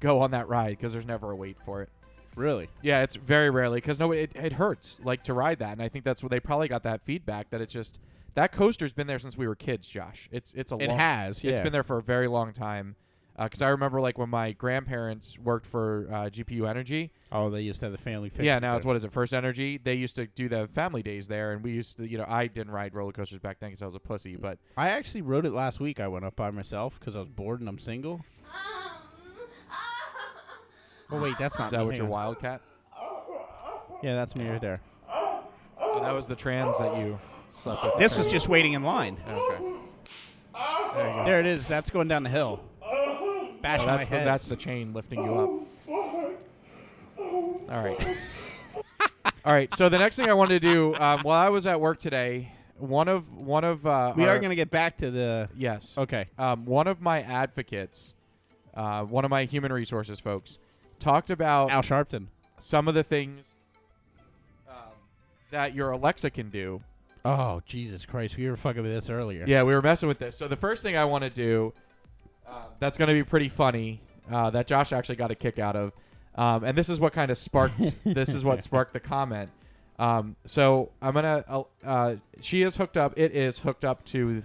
Speaker 5: go on that ride because there's never a wait for it.
Speaker 4: Really?
Speaker 5: Yeah, it's very rarely because no, it, it hurts like to ride that, and I think that's where they probably got that feedback that it's just that coaster's been there since we were kids, Josh. It's it's a
Speaker 4: It
Speaker 5: long,
Speaker 4: has, yeah.
Speaker 5: it's been there for a very long time. Because I remember like when my grandparents worked for uh, GPU Energy.
Speaker 4: Oh, they used to have the family picture.
Speaker 5: yeah, now it's
Speaker 4: there.
Speaker 5: what is it? First Energy. They used to do the family days there, and we used to, you know, I didn't ride roller coasters back then because I was a pussy, but
Speaker 4: I actually rode it last week. I went up by myself because I was bored and I'm single. Oh wait, that's not.
Speaker 5: Is that
Speaker 4: me.
Speaker 5: what
Speaker 4: Hang
Speaker 5: your
Speaker 4: on.
Speaker 5: wildcat?
Speaker 4: Yeah, that's me right there.
Speaker 5: Oh, that was the trans that you slept with.
Speaker 4: This was just waiting in line.
Speaker 5: Okay.
Speaker 4: There it is. That's going down the hill. Bash
Speaker 5: Oh,
Speaker 4: my
Speaker 5: that's the,
Speaker 4: head.
Speaker 5: that's the chain lifting you up. All right. All right. So the next thing I wanted to do um, while I was at work today, one of one of uh,
Speaker 4: we
Speaker 5: our-
Speaker 4: are going to get back to the.
Speaker 5: yes
Speaker 4: Okay.
Speaker 5: um, one of my advocates, uh, one of my human resources folks, talked about
Speaker 4: Al Sharpton.
Speaker 5: some of the things um, that your Alexa can do.
Speaker 4: Oh Jesus Christ! We were fucking with this earlier.
Speaker 5: Yeah, we were messing with this. So the first thing I want to do, uh, that's going to be pretty funny. Uh, that Josh actually got a kick out of, um, and this is what kind of sparked. this is what sparked the comment. Um, so I'm gonna. Uh, uh, she is hooked up. It is hooked up to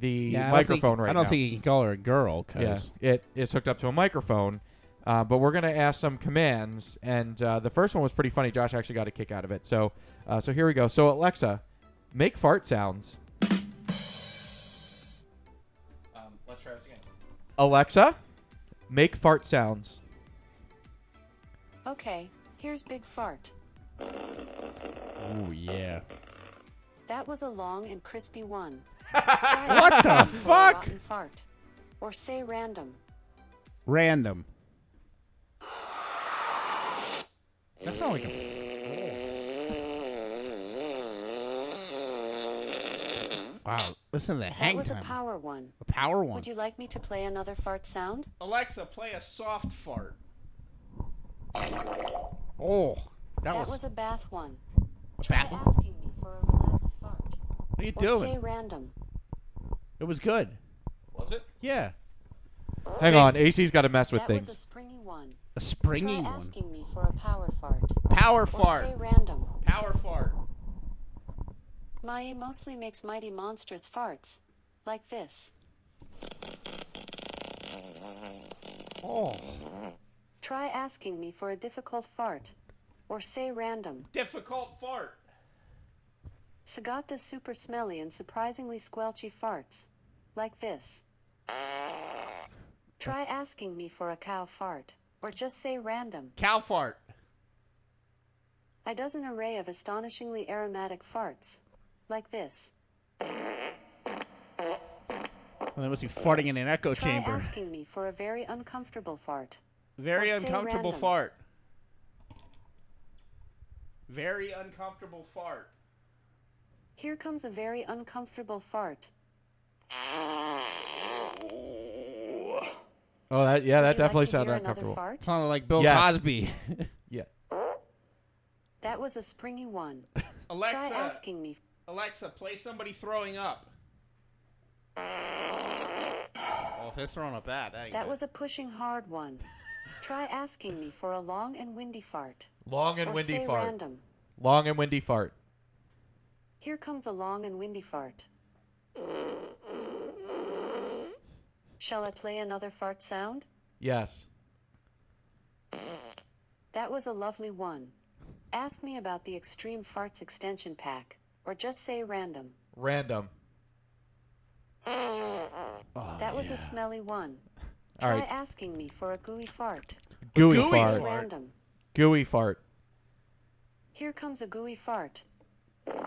Speaker 5: the
Speaker 4: Yeah, I don't
Speaker 5: microphone
Speaker 4: think-
Speaker 5: right
Speaker 4: I don't
Speaker 5: now.
Speaker 4: think you can call her a girl. 'cause-
Speaker 5: Yeah, it is hooked up to a microphone. Uh, but we're going to ask some commands, and uh, the first one was pretty funny. Josh actually got a kick out of it. So, uh, so here we go. So Alexa, make fart sounds. Um, let's try this again. Alexa, make fart sounds.
Speaker 8: Okay, here's Big Fart.
Speaker 4: Ooh, yeah.
Speaker 8: That was a long and crispy one.
Speaker 4: What the
Speaker 8: Or a
Speaker 4: fuck?
Speaker 8: rotten fart. Or say random.
Speaker 4: Random. That sounds like a. F- wow! Listen to the
Speaker 8: That
Speaker 4: hang
Speaker 8: was a
Speaker 4: time.
Speaker 8: power one.
Speaker 4: A power one.
Speaker 8: Would you like me to play another fart sound?
Speaker 4: Alexa, play a soft fart. Oh, that,
Speaker 8: That
Speaker 4: was.
Speaker 8: was a bath one.
Speaker 4: a
Speaker 8: Try
Speaker 4: bat-
Speaker 8: asking me for a relaxed fart.
Speaker 4: What are you
Speaker 8: Or
Speaker 4: doing?
Speaker 8: say random.
Speaker 4: It was good.
Speaker 5: Was it?
Speaker 4: Yeah,
Speaker 5: Hang on, AC's got to mess with
Speaker 8: that was a
Speaker 5: things.
Speaker 8: springy one.
Speaker 4: a springy
Speaker 8: Try
Speaker 4: one.
Speaker 8: asking me for a power fart.
Speaker 4: Power
Speaker 8: Or say
Speaker 4: fart.
Speaker 8: random.
Speaker 4: Power fart.
Speaker 8: Maya mostly makes mighty monstrous farts. Like this.
Speaker 4: Oh,
Speaker 8: Try asking me for a difficult fart. Or say random.
Speaker 4: difficult fart.
Speaker 8: Sagat does super smelly and surprisingly squelchy farts. Like this. Try asking me for a cow fart. Or just say random.
Speaker 4: Cow fart.
Speaker 8: I does an array of astonishingly aromatic farts. Like this.
Speaker 4: And then was he farting in an echo
Speaker 8: Try
Speaker 4: chamber?
Speaker 8: asking me for a very uncomfortable fart.
Speaker 4: Very
Speaker 8: Or say
Speaker 4: uncomfortable
Speaker 8: random.
Speaker 4: fart. Very uncomfortable fart.
Speaker 8: Here comes a very uncomfortable fart.
Speaker 5: Oh, that yeah, that
Speaker 8: Would you like
Speaker 5: definitely
Speaker 8: to
Speaker 5: sounded
Speaker 8: hear another
Speaker 5: uncomfortable.
Speaker 8: Fart?
Speaker 4: Sounded like Bill
Speaker 5: Yes.
Speaker 4: Cosby.
Speaker 5: Yeah.
Speaker 8: That was a springy one. Try asking me.
Speaker 4: Alexa, play somebody throwing up. Oh, if they're throwing up that, that, ain't
Speaker 8: That
Speaker 4: good.
Speaker 8: was a pushing hard one. Try asking me for a long and windy fart.
Speaker 5: Long and
Speaker 8: or
Speaker 5: windy
Speaker 8: say
Speaker 5: fart.
Speaker 8: random.
Speaker 5: Long and windy fart.
Speaker 8: Here comes a long and windy fart. Shall I play another fart sound?
Speaker 5: Yes.
Speaker 8: That was a lovely one. Ask me about the Extreme Farts extension pack, or just say random.
Speaker 5: Random.
Speaker 8: that was a smelly one.
Speaker 5: All
Speaker 8: Try
Speaker 5: right.
Speaker 8: asking me for a gooey fart.
Speaker 5: Gooey,
Speaker 4: Gooey
Speaker 8: Say
Speaker 5: fart.
Speaker 4: fart.
Speaker 8: random.
Speaker 5: Gooey fart.
Speaker 8: Here comes a gooey fart.
Speaker 5: Oh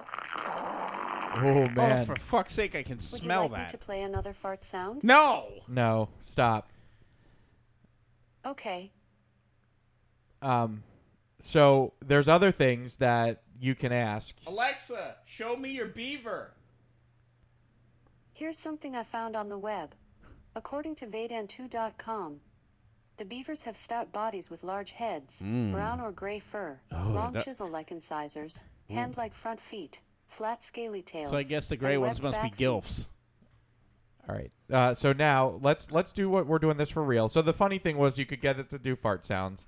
Speaker 4: Oh,
Speaker 5: man.
Speaker 4: for fuck's sake, I can
Speaker 8: Would
Speaker 4: smell
Speaker 8: you like me
Speaker 4: that.
Speaker 8: to play another fart sound?
Speaker 4: No.
Speaker 5: No, stop.
Speaker 8: Okay.
Speaker 5: Um, so there's other things that you can ask.
Speaker 4: Alexa, show me your beaver.
Speaker 8: Here's something I found on the web. According to Vedan2.com, the beavers have stout bodies with large heads, brown or gray fur, long
Speaker 4: Hmm. Oh, that- Hmm.
Speaker 8: chisel like incisors, hand like front feet, flat scaly tails.
Speaker 4: So I guess the gray
Speaker 8: and
Speaker 4: ones
Speaker 8: webbed
Speaker 4: must be
Speaker 8: back feet.
Speaker 4: gilfs.
Speaker 5: All right. Uh, so now let's let's do what we're doing this for real. So the funny thing was you could get it to do fart sounds,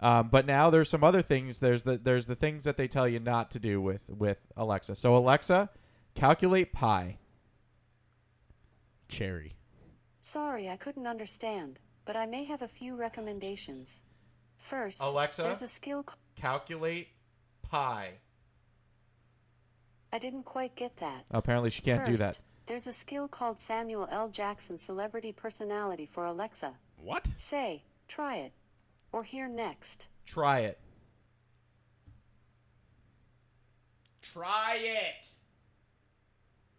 Speaker 5: um, but now there's some other things. There's the there's the things that they tell you not to do with with Alexa. So Alexa, calculate pi.
Speaker 4: Cherry.
Speaker 8: Sorry, I couldn't understand, but I may have a few recommendations. First,
Speaker 5: Alexa?
Speaker 8: there's a skill. c-
Speaker 5: Calculate pi.
Speaker 8: I didn't quite get that.
Speaker 5: Apparently she can't
Speaker 8: First,
Speaker 5: do that.
Speaker 8: There's a skill called Samuel L. Jackson Celebrity Personality for Alexa.
Speaker 4: What?
Speaker 8: Say, try it. or here next.
Speaker 5: Try it.
Speaker 9: Try it.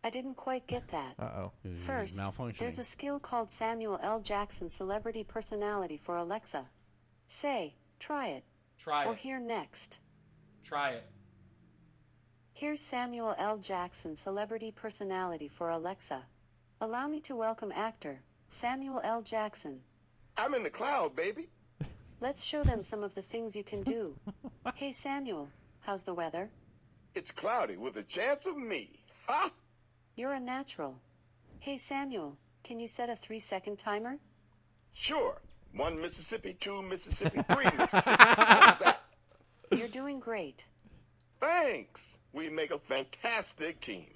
Speaker 8: I didn't quite get that.
Speaker 5: Uh oh.
Speaker 8: First, there's a skill called Samuel L. Jackson Celebrity Personality for Alexa. Say, try it,
Speaker 9: Try
Speaker 8: or
Speaker 9: it.
Speaker 8: here next.
Speaker 9: Try it.
Speaker 8: Here's Samuel L. Jackson Celebrity Personality for Alexa. Allow me to welcome actor Samuel L. Jackson.
Speaker 10: I'm in the cloud, baby.
Speaker 8: Let's show them some of the things you can do. hey Samuel, how's the weather?
Speaker 10: It's cloudy with a chance of me. Ha!
Speaker 8: You're a natural. Hey Samuel, can you set a three second timer?
Speaker 10: Sure. One Mississippi, two Mississippi, three Mississippi. How's that?
Speaker 8: You're doing great.
Speaker 10: Thanks. We make a fantastic team.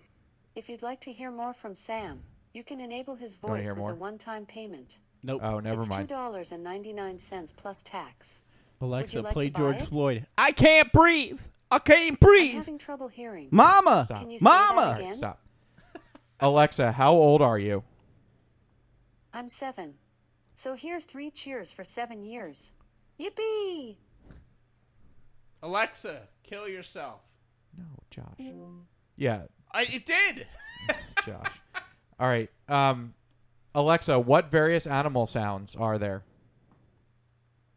Speaker 8: If you'd like to hear more from Sam, you can enable his
Speaker 5: wanna
Speaker 8: voice
Speaker 5: hear
Speaker 8: with
Speaker 5: more?
Speaker 8: a one time payment.
Speaker 4: Nope.
Speaker 5: Oh, never
Speaker 8: it's
Speaker 5: mind.
Speaker 8: $2.99 plus tax. Would
Speaker 4: Alexa,
Speaker 8: you like
Speaker 4: play
Speaker 8: to buy
Speaker 4: George
Speaker 8: it?
Speaker 4: Floyd.
Speaker 9: I can't breathe. I can't
Speaker 8: I'm
Speaker 9: breathe.
Speaker 8: having trouble hearing.
Speaker 4: Mama.
Speaker 5: Stop.
Speaker 8: Can you say
Speaker 4: Mama!
Speaker 8: that
Speaker 5: All
Speaker 8: again?
Speaker 5: right, stop. Alexa, how old are you?
Speaker 8: I'm seven. So here's three cheers for seven years. Yippee!
Speaker 9: Alexa, kill yourself.
Speaker 5: No, Josh. Yeah,
Speaker 9: I, it did.
Speaker 5: Josh. All right. Um, Alexa, what various animal sounds are there?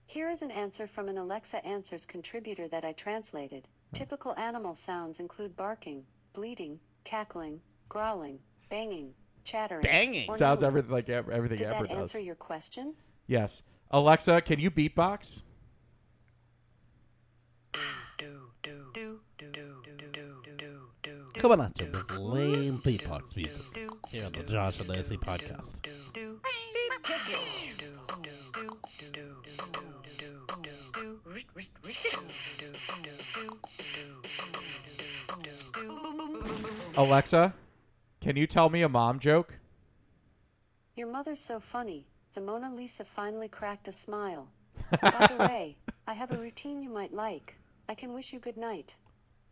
Speaker 8: Here is an answer from an Alexa Answers contributor that I translated. Typical animal sounds include barking, bleating, cackling, growling, banging, chattering.
Speaker 9: Banging.
Speaker 8: or
Speaker 5: Sounds
Speaker 8: mooing.
Speaker 5: everything like ev- everything
Speaker 8: Oh, Did
Speaker 5: ever
Speaker 8: that
Speaker 5: does.
Speaker 8: answer your question?
Speaker 5: Yes. Alexa, can you beatbox?
Speaker 4: Come on out to blame beatbox music here on the Josh and Lacey podcast.
Speaker 5: Alexa, can you tell me a mom joke?
Speaker 8: Your mother's so funny. The Mona Lisa finally cracked a smile. By the way, I have a routine you might like. I can wish you good night.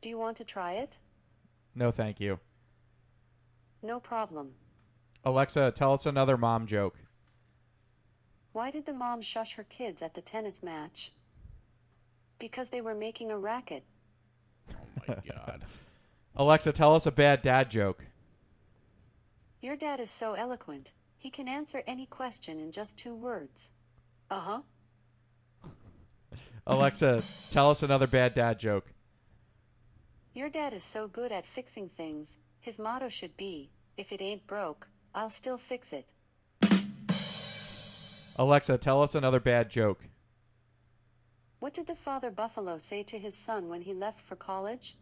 Speaker 8: Do you want to try it?
Speaker 5: No, thank you.
Speaker 8: No problem.
Speaker 5: Alexa, tell us another mom joke.
Speaker 8: Why did the mom shush her kids at the tennis match? Because they were making a racket.
Speaker 4: My God.
Speaker 5: Alexa, tell us a bad dad joke.
Speaker 8: Your dad is so eloquent, he can answer any question in just two words. Uh huh.
Speaker 5: Alexa, tell us another bad dad joke.
Speaker 8: Your dad is so good at fixing things, his motto should be if it ain't broke, I'll still fix it.
Speaker 5: Alexa, tell us another bad joke.
Speaker 8: What did the father buffalo say to his son when he left for college?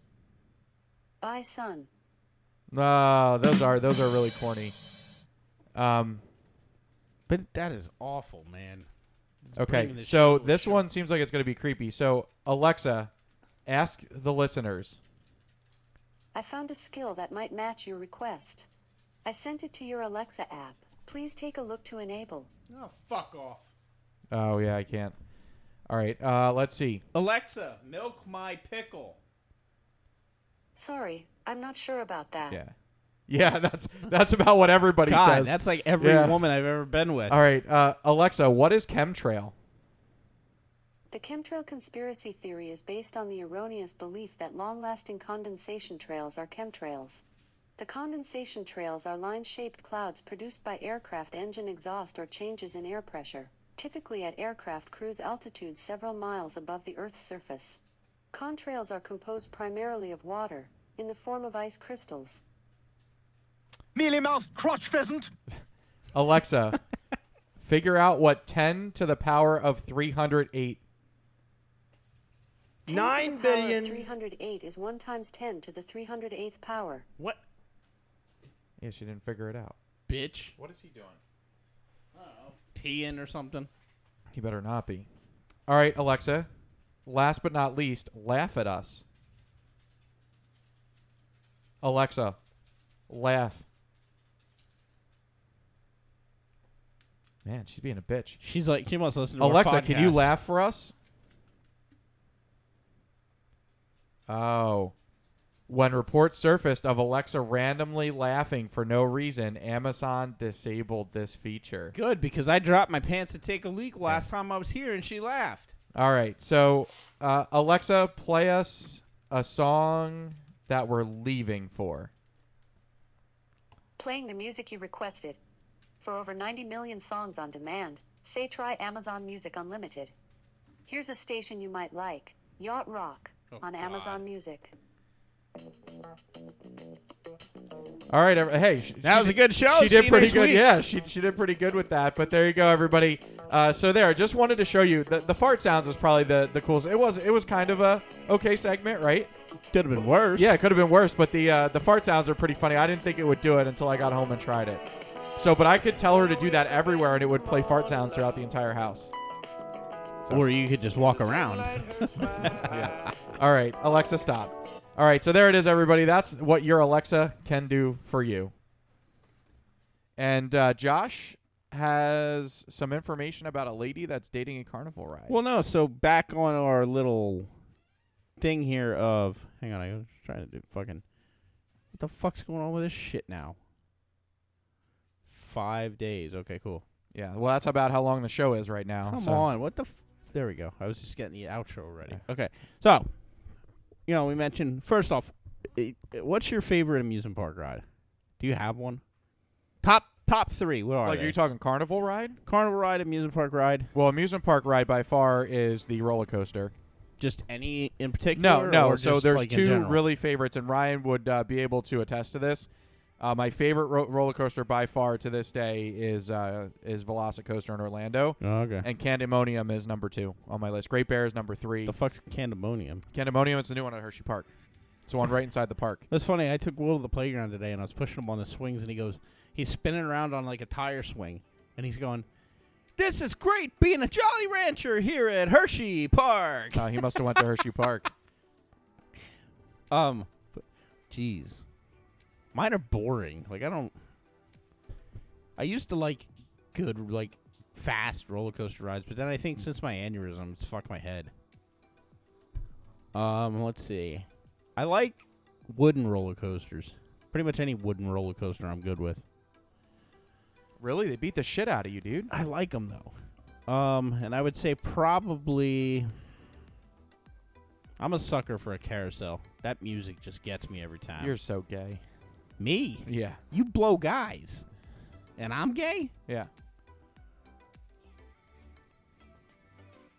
Speaker 8: Bye, son.
Speaker 5: No, Ah, those are those are really corny. Um,
Speaker 4: But that is awful, man. It's
Speaker 5: okay,
Speaker 4: bringing this
Speaker 5: so
Speaker 4: show to a
Speaker 5: this
Speaker 4: show.
Speaker 5: one seems like it's going to be creepy. So Alexa, ask the listeners.
Speaker 8: I found a skill that might match your request. I sent it to your Alexa app. Please take a look to enable.
Speaker 9: Oh, fuck off.
Speaker 5: Oh yeah, I can't. All right, uh, let's see.
Speaker 9: Alexa, milk my pickle.
Speaker 8: Sorry, I'm not sure about that.
Speaker 5: Yeah, yeah, that's that's about what everybody
Speaker 4: God,
Speaker 5: says.
Speaker 4: that's like every
Speaker 5: Yeah.
Speaker 4: woman I've ever been with.
Speaker 5: All right, uh, Alexa, what is chemtrail?
Speaker 8: The chemtrail conspiracy theory is based on the erroneous belief that long lasting condensation trails are chemtrails. The condensation trails are line shaped clouds produced by aircraft engine exhaust or changes in air pressure, typically at aircraft cruise altitudes several miles above the Earth's surface. Contrails are composed primarily of water, in the form of ice crystals.
Speaker 10: Mealy mouth crotch pheasant.
Speaker 5: Alexa, figure out what ten to the power of three hundred eight.
Speaker 8: 10 to the
Speaker 9: Nine
Speaker 8: power of
Speaker 9: billion-
Speaker 8: 308 is 1 times 10 to the 308th power.
Speaker 9: What,
Speaker 5: Yeah, she didn't figure it out.
Speaker 9: bitch?
Speaker 2: What is he doing?
Speaker 9: Peeing or something?
Speaker 5: He better not be. All right, Alexa. Last but not least, laugh at us. Alexa, laugh. Man, she's being a bitch.
Speaker 4: She's like, she must listen to our
Speaker 5: Alexa, can you
Speaker 4: podcast.
Speaker 5: laugh for us? Oh. When reports surfaced of Alexa randomly laughing for no reason, Amazon disabled this feature.
Speaker 4: Good, because I dropped my pants to take a leak last time I was here and she laughed.
Speaker 5: All right. So, uh, Alexa, play us a song that we're leaving for.
Speaker 8: Playing the music you requested. For over 90 million songs on demand, say try Amazon Music Unlimited. Here's a station you might like Yacht Rock
Speaker 4: Oh,
Speaker 8: on Amazon Music.
Speaker 5: All right. ev- Hey, sh-
Speaker 4: That
Speaker 5: she
Speaker 4: was a
Speaker 5: did-
Speaker 4: good show.
Speaker 5: She did
Speaker 4: See you
Speaker 5: pretty
Speaker 4: next
Speaker 5: good.
Speaker 4: week.
Speaker 5: Yeah, she, she did pretty good with that. But there you go, everybody. Uh, so there, I just wanted to show you the, the fart sounds is probably the the coolest. It was it was kind of a okay segment, right?
Speaker 4: Could have been worse.
Speaker 5: Yeah, it could have been worse, but the uh, the fart sounds are pretty funny. I didn't think it would do it until I got home and tried it. So, but I could tell her to do that everywhere, and it would play fart sounds throughout the entire house.
Speaker 4: Or you could just walk around.
Speaker 5: All right, Alexa, stop. All right, so there it is, everybody. That's what your Alexa can do for you. And uh, Josh has some information about a lady that's dating a carnival ride.
Speaker 4: Well, no. So back on our little thing here of hang on, I was trying to do fucking what the fuck's going on with this shit now? Five days. Okay, cool.
Speaker 5: yeah, well, that's about how long the show is right now.
Speaker 4: Come
Speaker 5: so-
Speaker 4: on, what the? F- there we go. I was just getting the outro ready. Okay, so you know we mentioned first off, i- i- what's your favorite amusement park ride? Do you have one? Top top three. What are
Speaker 5: Like, are
Speaker 4: they?
Speaker 5: you talking carnival ride?
Speaker 4: Carnival ride, amusement park ride,
Speaker 5: Well, amusement park ride by far is the roller coaster.
Speaker 4: just any in particular?
Speaker 5: No, no.
Speaker 4: or
Speaker 5: So
Speaker 4: just,
Speaker 5: there's
Speaker 4: like, in
Speaker 5: two
Speaker 4: general?
Speaker 5: really favorites, and Ryan would uh, be able to attest to this. Uh, my favorite ro- roller coaster by far to this day is uh, is Velocicoaster in Orlando,
Speaker 4: Oh, okay.
Speaker 5: and Candemonium is number two on my list. Great Bear is number three.
Speaker 4: the fuck's candemonium?
Speaker 5: Candemonium is the new one at Hershey Park. It's the one right inside the park.
Speaker 4: That's funny. I took Will to the playground today, and I was pushing him on the swings, and he goes, he's spinning around on like a tire swing, and he's going, "This is great, being a Jolly Rancher here at Hershey Park."
Speaker 5: Uh, he must have went to Hershey Park.
Speaker 4: Um, but- jeez, mine are boring. Like I don't. I used to like good, like fast roller coaster rides, but then I think since my aneurysm, it's fucked my head. Um, let's see. I like wooden roller coasters. Pretty much any wooden roller coaster, I'm good with.
Speaker 5: Really, they beat the shit out of you, dude.
Speaker 4: I like them though. Um, and I would say probably. I'm a sucker for a carousel. That music just gets me every time.
Speaker 5: You're so gay.
Speaker 4: me.
Speaker 5: Yeah,
Speaker 4: You blow guys. And I'm gay?
Speaker 5: yeah.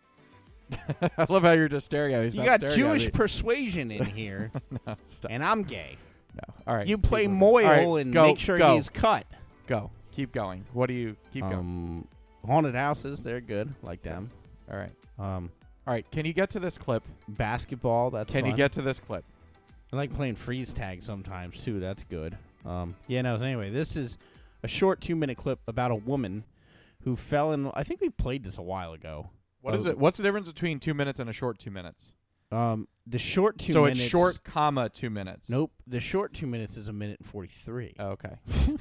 Speaker 5: I love how you're just staring at me.
Speaker 4: you
Speaker 5: Stop
Speaker 4: got
Speaker 5: staring at
Speaker 4: Jewish
Speaker 5: me.
Speaker 4: persuasion in here,
Speaker 5: No, stop.
Speaker 4: and I'm gay.
Speaker 5: No. All right.
Speaker 4: You
Speaker 5: keep
Speaker 4: play
Speaker 5: moving.
Speaker 4: Moyle
Speaker 5: All right,
Speaker 4: and
Speaker 5: go,
Speaker 4: make sure
Speaker 5: go,
Speaker 4: he's cut.
Speaker 5: go. Keep going. What do you keep going?
Speaker 4: Um, haunted houses, they're good. Like them.
Speaker 5: All right.
Speaker 4: Um,
Speaker 5: All right. Can you get to this clip?
Speaker 4: basketball, that's
Speaker 5: Can you
Speaker 4: fun.
Speaker 5: get to this clip?
Speaker 4: I like playing freeze tag sometimes too. That's good. Um, yeah, no. so Anyway, this is a short two minute clip about a woman who fell in. I think we played this a while ago.
Speaker 5: What is
Speaker 4: Oh,
Speaker 5: it? What's the difference between two minutes and a short two minutes?
Speaker 4: Um, the short two.
Speaker 5: so
Speaker 4: minutes,
Speaker 5: it's short, comma two minutes.
Speaker 4: Nope. The short two minutes is a minute and forty three.
Speaker 5: Oh, okay.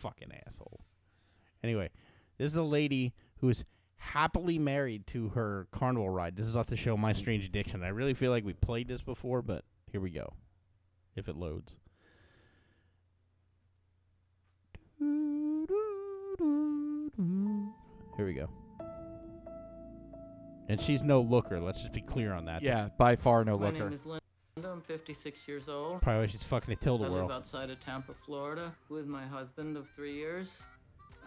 Speaker 4: Fucking asshole. Anyway, this is a lady who is happily married to her carnival ride. This is off the show My Strange Addiction. I really feel like we played this before, but here we go. If it loads. Here we go. And she's no looker. Let's just be clear on that.
Speaker 5: Yeah. By far no
Speaker 11: My
Speaker 5: looker.
Speaker 11: name is Linda. I'm 56 years old.
Speaker 4: Probably why she's fucking a Tilda
Speaker 11: I live
Speaker 4: World.
Speaker 11: outside of Tampa, Florida, with my husband of three years.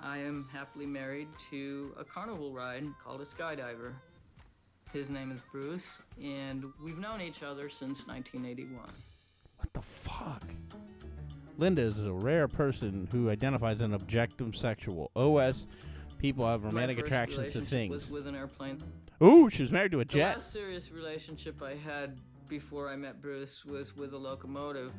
Speaker 11: I am happily married to a carnival ride called a skydiver. His name is Bruce, and we've known each other since 1981.
Speaker 4: What the fuck? Linda is a rare person who identifies an objectum sexual. OS people have romantic
Speaker 11: my first
Speaker 4: attractions to
Speaker 11: relationship
Speaker 4: things.
Speaker 11: Was with an airplane.
Speaker 4: Ooh, she was married to a
Speaker 11: The
Speaker 4: jet.
Speaker 11: last serious relationship I had before I met Bruce was with a locomotive.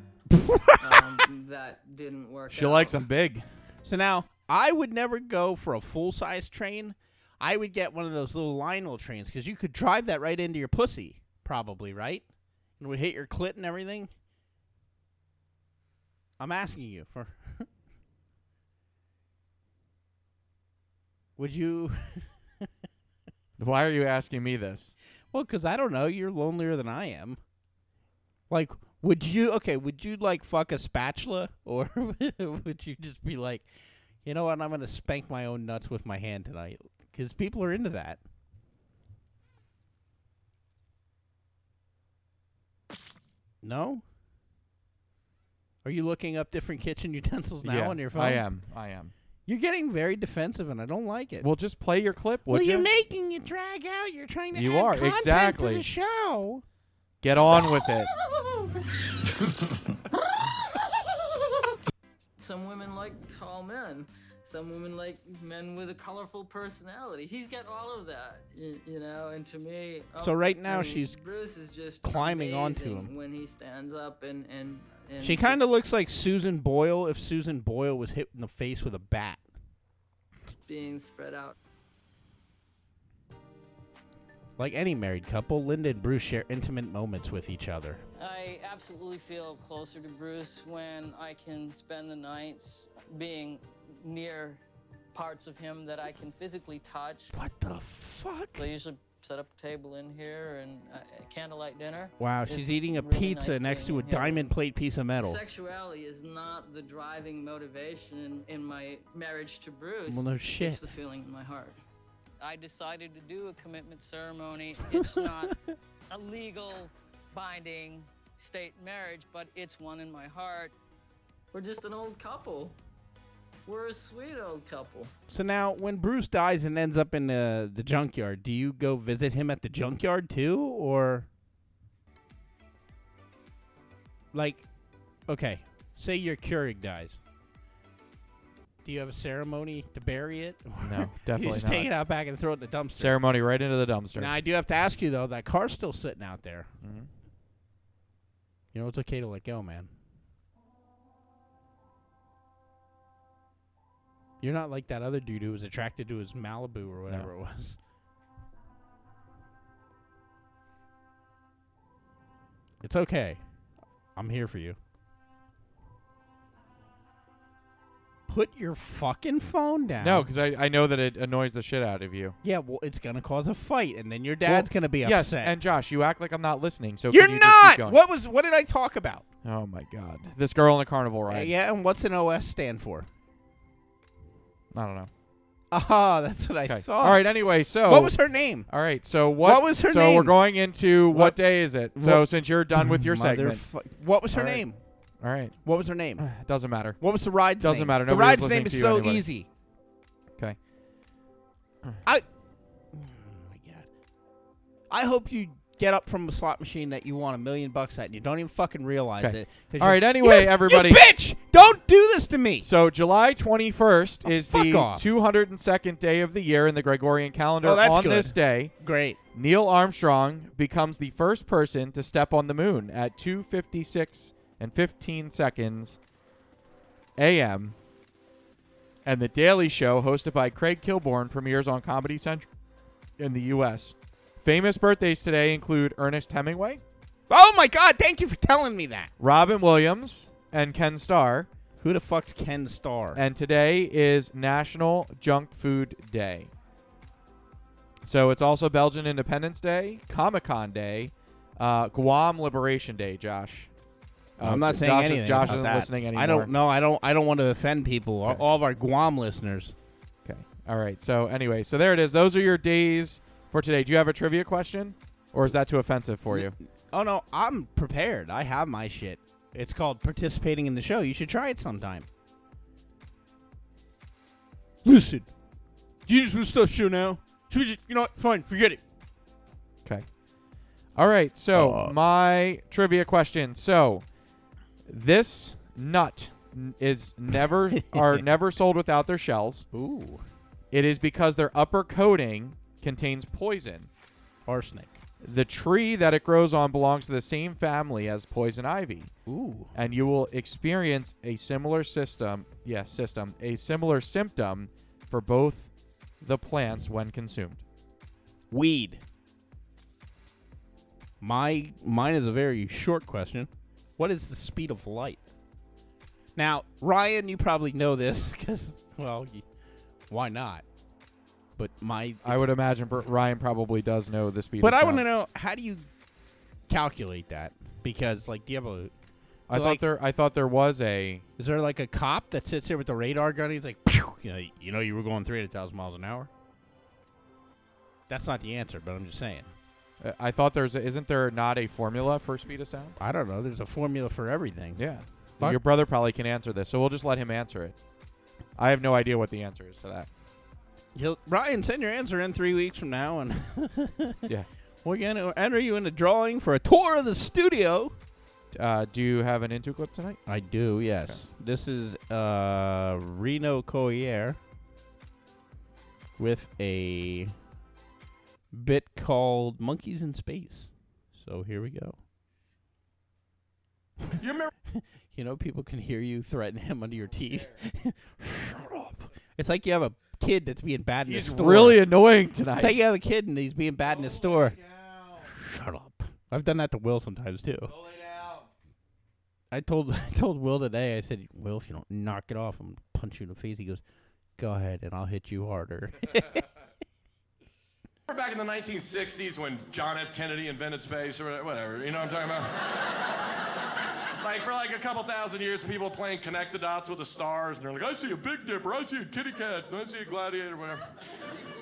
Speaker 11: um, that didn't work.
Speaker 5: She
Speaker 11: out.
Speaker 5: likes them big.
Speaker 4: So now I would never go for a full size train. I would get one of those little Lionel trains because you could drive that right into your pussy, probably, right? And it would hit your clit and everything. I'm asking you for. would you?
Speaker 5: Why are you asking me this?
Speaker 4: Well, because I don't know. You're lonelier than I am. Like, would you? Okay, would you like fuck a spatula, or would you just be like, you know what? I'm gonna spank my own nuts with my hand tonight because people are into that. No? Are you looking up different kitchen utensils now
Speaker 5: Yeah,
Speaker 4: on your phone?
Speaker 5: I am. I am.
Speaker 4: You're getting very defensive, and I don't like it.
Speaker 5: Well, just play your clip, would
Speaker 4: well,
Speaker 5: you?
Speaker 4: are making it drag out. You're trying to
Speaker 5: You
Speaker 4: add
Speaker 5: are,
Speaker 4: content to
Speaker 5: exactly.
Speaker 4: the show.
Speaker 5: Get on with it.
Speaker 11: Oh, Some women like tall men. Some women like men with a colorful personality. He's got all of that, you, you know. And to me, uh,
Speaker 4: So right now
Speaker 11: I
Speaker 4: she's
Speaker 11: Bruce is just
Speaker 4: climbing onto
Speaker 11: amazing
Speaker 4: him.
Speaker 11: when he stands up and and. and
Speaker 4: She kind of looks like Susan Boyle if Susan Boyle was hit in the face with a bat.
Speaker 11: just being spread out.
Speaker 4: Like any married couple, Linda and Bruce share intimate moments with each other.
Speaker 11: I absolutely feel closer to Bruce when I can spend the nights being near parts of him that I can physically touch.
Speaker 4: What the fuck?
Speaker 11: They usually set up a table in here and uh, candlelight dinner.
Speaker 4: Wow,
Speaker 11: It's
Speaker 4: she's eating a
Speaker 11: really
Speaker 4: pizza
Speaker 11: nice
Speaker 4: next to
Speaker 11: being
Speaker 4: a
Speaker 11: in here.
Speaker 4: diamond plate piece of metal.
Speaker 11: Sexuality is not the driving motivation in my marriage to Bruce.
Speaker 4: Well, no
Speaker 11: It's
Speaker 4: shit.
Speaker 11: the feeling in my heart. I decided to do a commitment ceremony. It's not a legal binding state marriage, but it's one in my heart. We're just an old couple. We're a sweet old couple.
Speaker 4: So now, when Bruce dies and ends up in the the junkyard, do you go visit him at the junkyard too, or like, okay, say your Keurig dies. Do you have a ceremony to bury it?
Speaker 5: No,
Speaker 4: you
Speaker 5: definitely
Speaker 4: just
Speaker 5: not.
Speaker 4: take it out back and throw it in the dumpster.
Speaker 5: Ceremony right into the dumpster.
Speaker 4: Now I do have to ask you though, that car's still sitting out there.
Speaker 5: Mhm.
Speaker 4: You know it's okay to let go, man. You're not like that other dude who was attracted to his Malibu or whatever it was. It's okay. I'm here for you. Put your fucking phone down.
Speaker 5: No, because I, I know that it annoys the shit out of you.
Speaker 4: Yeah, well, it's gonna cause a fight, and then your dad's
Speaker 5: Well,
Speaker 4: gonna be
Speaker 5: yes,
Speaker 4: upset.
Speaker 5: and Josh, you act like I'm not listening. So
Speaker 4: You're
Speaker 5: can you just keep
Speaker 4: not.
Speaker 5: going?
Speaker 4: What was? What did I talk about?
Speaker 5: Oh my god, this girl in a carnival
Speaker 4: Uh,
Speaker 5: ride.
Speaker 4: yeah, and what's an OS stand for?
Speaker 5: I don't know.
Speaker 4: Ah, that's what I
Speaker 5: Okay.
Speaker 4: thought.
Speaker 5: All right. Anyway, so
Speaker 4: what was her name?
Speaker 5: All right. So what?
Speaker 4: What was her
Speaker 5: so
Speaker 4: name?
Speaker 5: we're going into what,
Speaker 4: What-
Speaker 5: day is it? So
Speaker 4: what-
Speaker 5: since you're done with your segment,
Speaker 4: Motherfu- What was her
Speaker 5: All right.
Speaker 4: name?
Speaker 5: all right.
Speaker 4: What was her name?
Speaker 5: Doesn't matter.
Speaker 4: What was the ride's
Speaker 5: Doesn't
Speaker 4: name?
Speaker 5: matter.
Speaker 4: The
Speaker 5: Nobody was
Speaker 4: ride's name
Speaker 5: listening
Speaker 4: is
Speaker 5: to you
Speaker 4: so
Speaker 5: anyway.
Speaker 4: easy.
Speaker 5: Okay.
Speaker 4: I. Oh my god. I hope you get up from a slot machine that you want a million bucks at, and you don't even fucking realize
Speaker 5: Okay.
Speaker 4: it. 'cause
Speaker 5: All
Speaker 4: you're-
Speaker 5: right, anyway,
Speaker 4: You- you
Speaker 5: everybody-
Speaker 4: bitch, don't do this to me.
Speaker 5: So July 21st is
Speaker 4: Oh, fuck
Speaker 5: the
Speaker 4: off.
Speaker 5: 202nd day of the year in the Gregorian calendar.
Speaker 4: Oh, that's
Speaker 5: on
Speaker 4: good.
Speaker 5: this day,
Speaker 4: Great.
Speaker 5: Neil Armstrong becomes the first person to step on the moon at 2:56 and 15 seconds a.m. And the Daily Show, hosted by Craig Kilborn, premieres on Comedy Central in the U.S. Famous birthdays today include Ernest Hemingway,
Speaker 4: Oh my god, thank you for telling me that.
Speaker 5: Robin Williams, and Ken Starr.
Speaker 4: Who the fuck's Ken Starr?
Speaker 5: And today is National Junk Food Day. So it's also Belgian Independence Day, Comic Con Day, uh, Guam Liberation Day, Josh. Uh,
Speaker 4: I'm not saying
Speaker 5: Josh,
Speaker 4: anything.
Speaker 5: Josh
Speaker 4: about
Speaker 5: isn't
Speaker 4: that.
Speaker 5: listening anymore.
Speaker 4: I don't know. I don't. I don't want to offend people. All-
Speaker 5: Okay.
Speaker 4: All of our Guam listeners.
Speaker 5: Okay. All right. So anyway, so there it is. Those are your days for today. Do you have a trivia question? Or is that too offensive for you?
Speaker 4: Oh no, I'm prepared. I have my shit. It's called participating in the show. You should try it sometime. Listen, you just want to stop show now. Should we just, you know, what? fine, forget it.
Speaker 5: Okay. All right. So
Speaker 4: Uh,
Speaker 5: my trivia question. So this nut n- is never are never sold without their shells.
Speaker 4: Ooh,
Speaker 5: It is because their upper coating contains poison.
Speaker 4: arsenic.
Speaker 5: The tree that it grows on belongs to the same family as poison ivy,
Speaker 4: Ooh,
Speaker 5: and you will experience a similar system. Yes, system. A similar symptom for both the plants when consumed.
Speaker 4: weed. My mine is a very short question. What is the speed of light? Now, Ryan, you probably know this because, well, y- why not? But my,
Speaker 5: I would imagine Br- Ryan probably does know the speed.
Speaker 4: But
Speaker 5: of
Speaker 4: I want to
Speaker 5: sound.
Speaker 4: know how do you calculate that? Because like, do you have a?
Speaker 5: I
Speaker 4: like-
Speaker 5: thought there. I thought there was a.
Speaker 4: Is there like a cop that sits there with the radar gun? And he's like, "Pew!" you know, you know, you were going three hundred thousand miles an hour. That's not the answer, but I'm just saying.
Speaker 5: Uh, I thought there's a, isn't there not a formula for speed of sound?
Speaker 4: I don't know. There's a formula for everything.
Speaker 5: Yeah.
Speaker 4: Fuck.
Speaker 5: Your brother probably can answer this, so we'll just let him answer it. I have no idea what the answer is to that.
Speaker 4: He'll, Ryan, send your answer in three weeks from now, and
Speaker 5: Yeah.
Speaker 4: we're gonna enter you in a drawing for a tour of the studio.
Speaker 5: Uh, do you have an into clip tonight?
Speaker 4: I do. Yes. This is uh, Reno Coyer with a bit called "Monkeys in Space." So here we go.
Speaker 12: You remember?
Speaker 4: You know, people can hear you threaten him under your teeth. Shut up. It's like you have a kid that's being bad in
Speaker 5: He's
Speaker 4: the store.
Speaker 5: really annoying
Speaker 4: It's
Speaker 5: tonight.
Speaker 4: like you have a kid and he's being bad in the store. Shut up. I've done that to Will sometimes too. I told I told Will today. I said, Will, if you don't knock it off, I'm gonna punch you in the face. He goes, Go ahead, and I'll hit you harder.
Speaker 8: Remember back in the 1960s when John F. Kennedy invented space or whatever? You know what I'm talking about? like for like a couple thousand years, people playing connect the dots with the stars, and they're like, I see a Big Dipper, I see a kitty cat, I see a gladiator, whatever.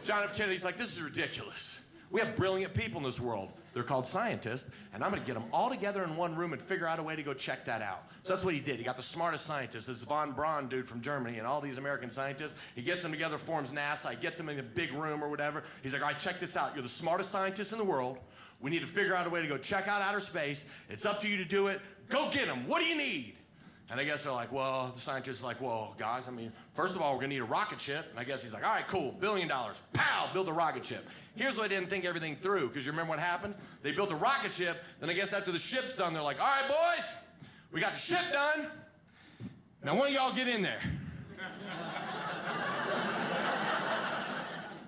Speaker 8: John F. Kennedy's like, this is ridiculous. We have brilliant people in this world. They're called scientists, and I'm gonna get them all together in one room and figure out a way to go check that out. So that's what he did. He got the smartest scientists, this von Braun dude from Germany, and all these American scientists. He gets them together, forms NASA, he gets them in a big room or whatever. He's like, all right, check this out. You're the smartest scientists in the world. We need to figure out a way to go check out outer space. It's up to you to do it. Go get them. What do you need? And I guess they're like, well, the scientists are like, well, guys, I mean, first of all, we're gonna need a rocket ship. And I guess he's like, all right, cool, billion dollars, pow, build a rocket ship. Here's what I didn't think everything through, because you remember what happened? They built a rocket ship, then I guess after the ship's done, they're like, all right, boys, we got the ship done. Now, one of y'all get in there.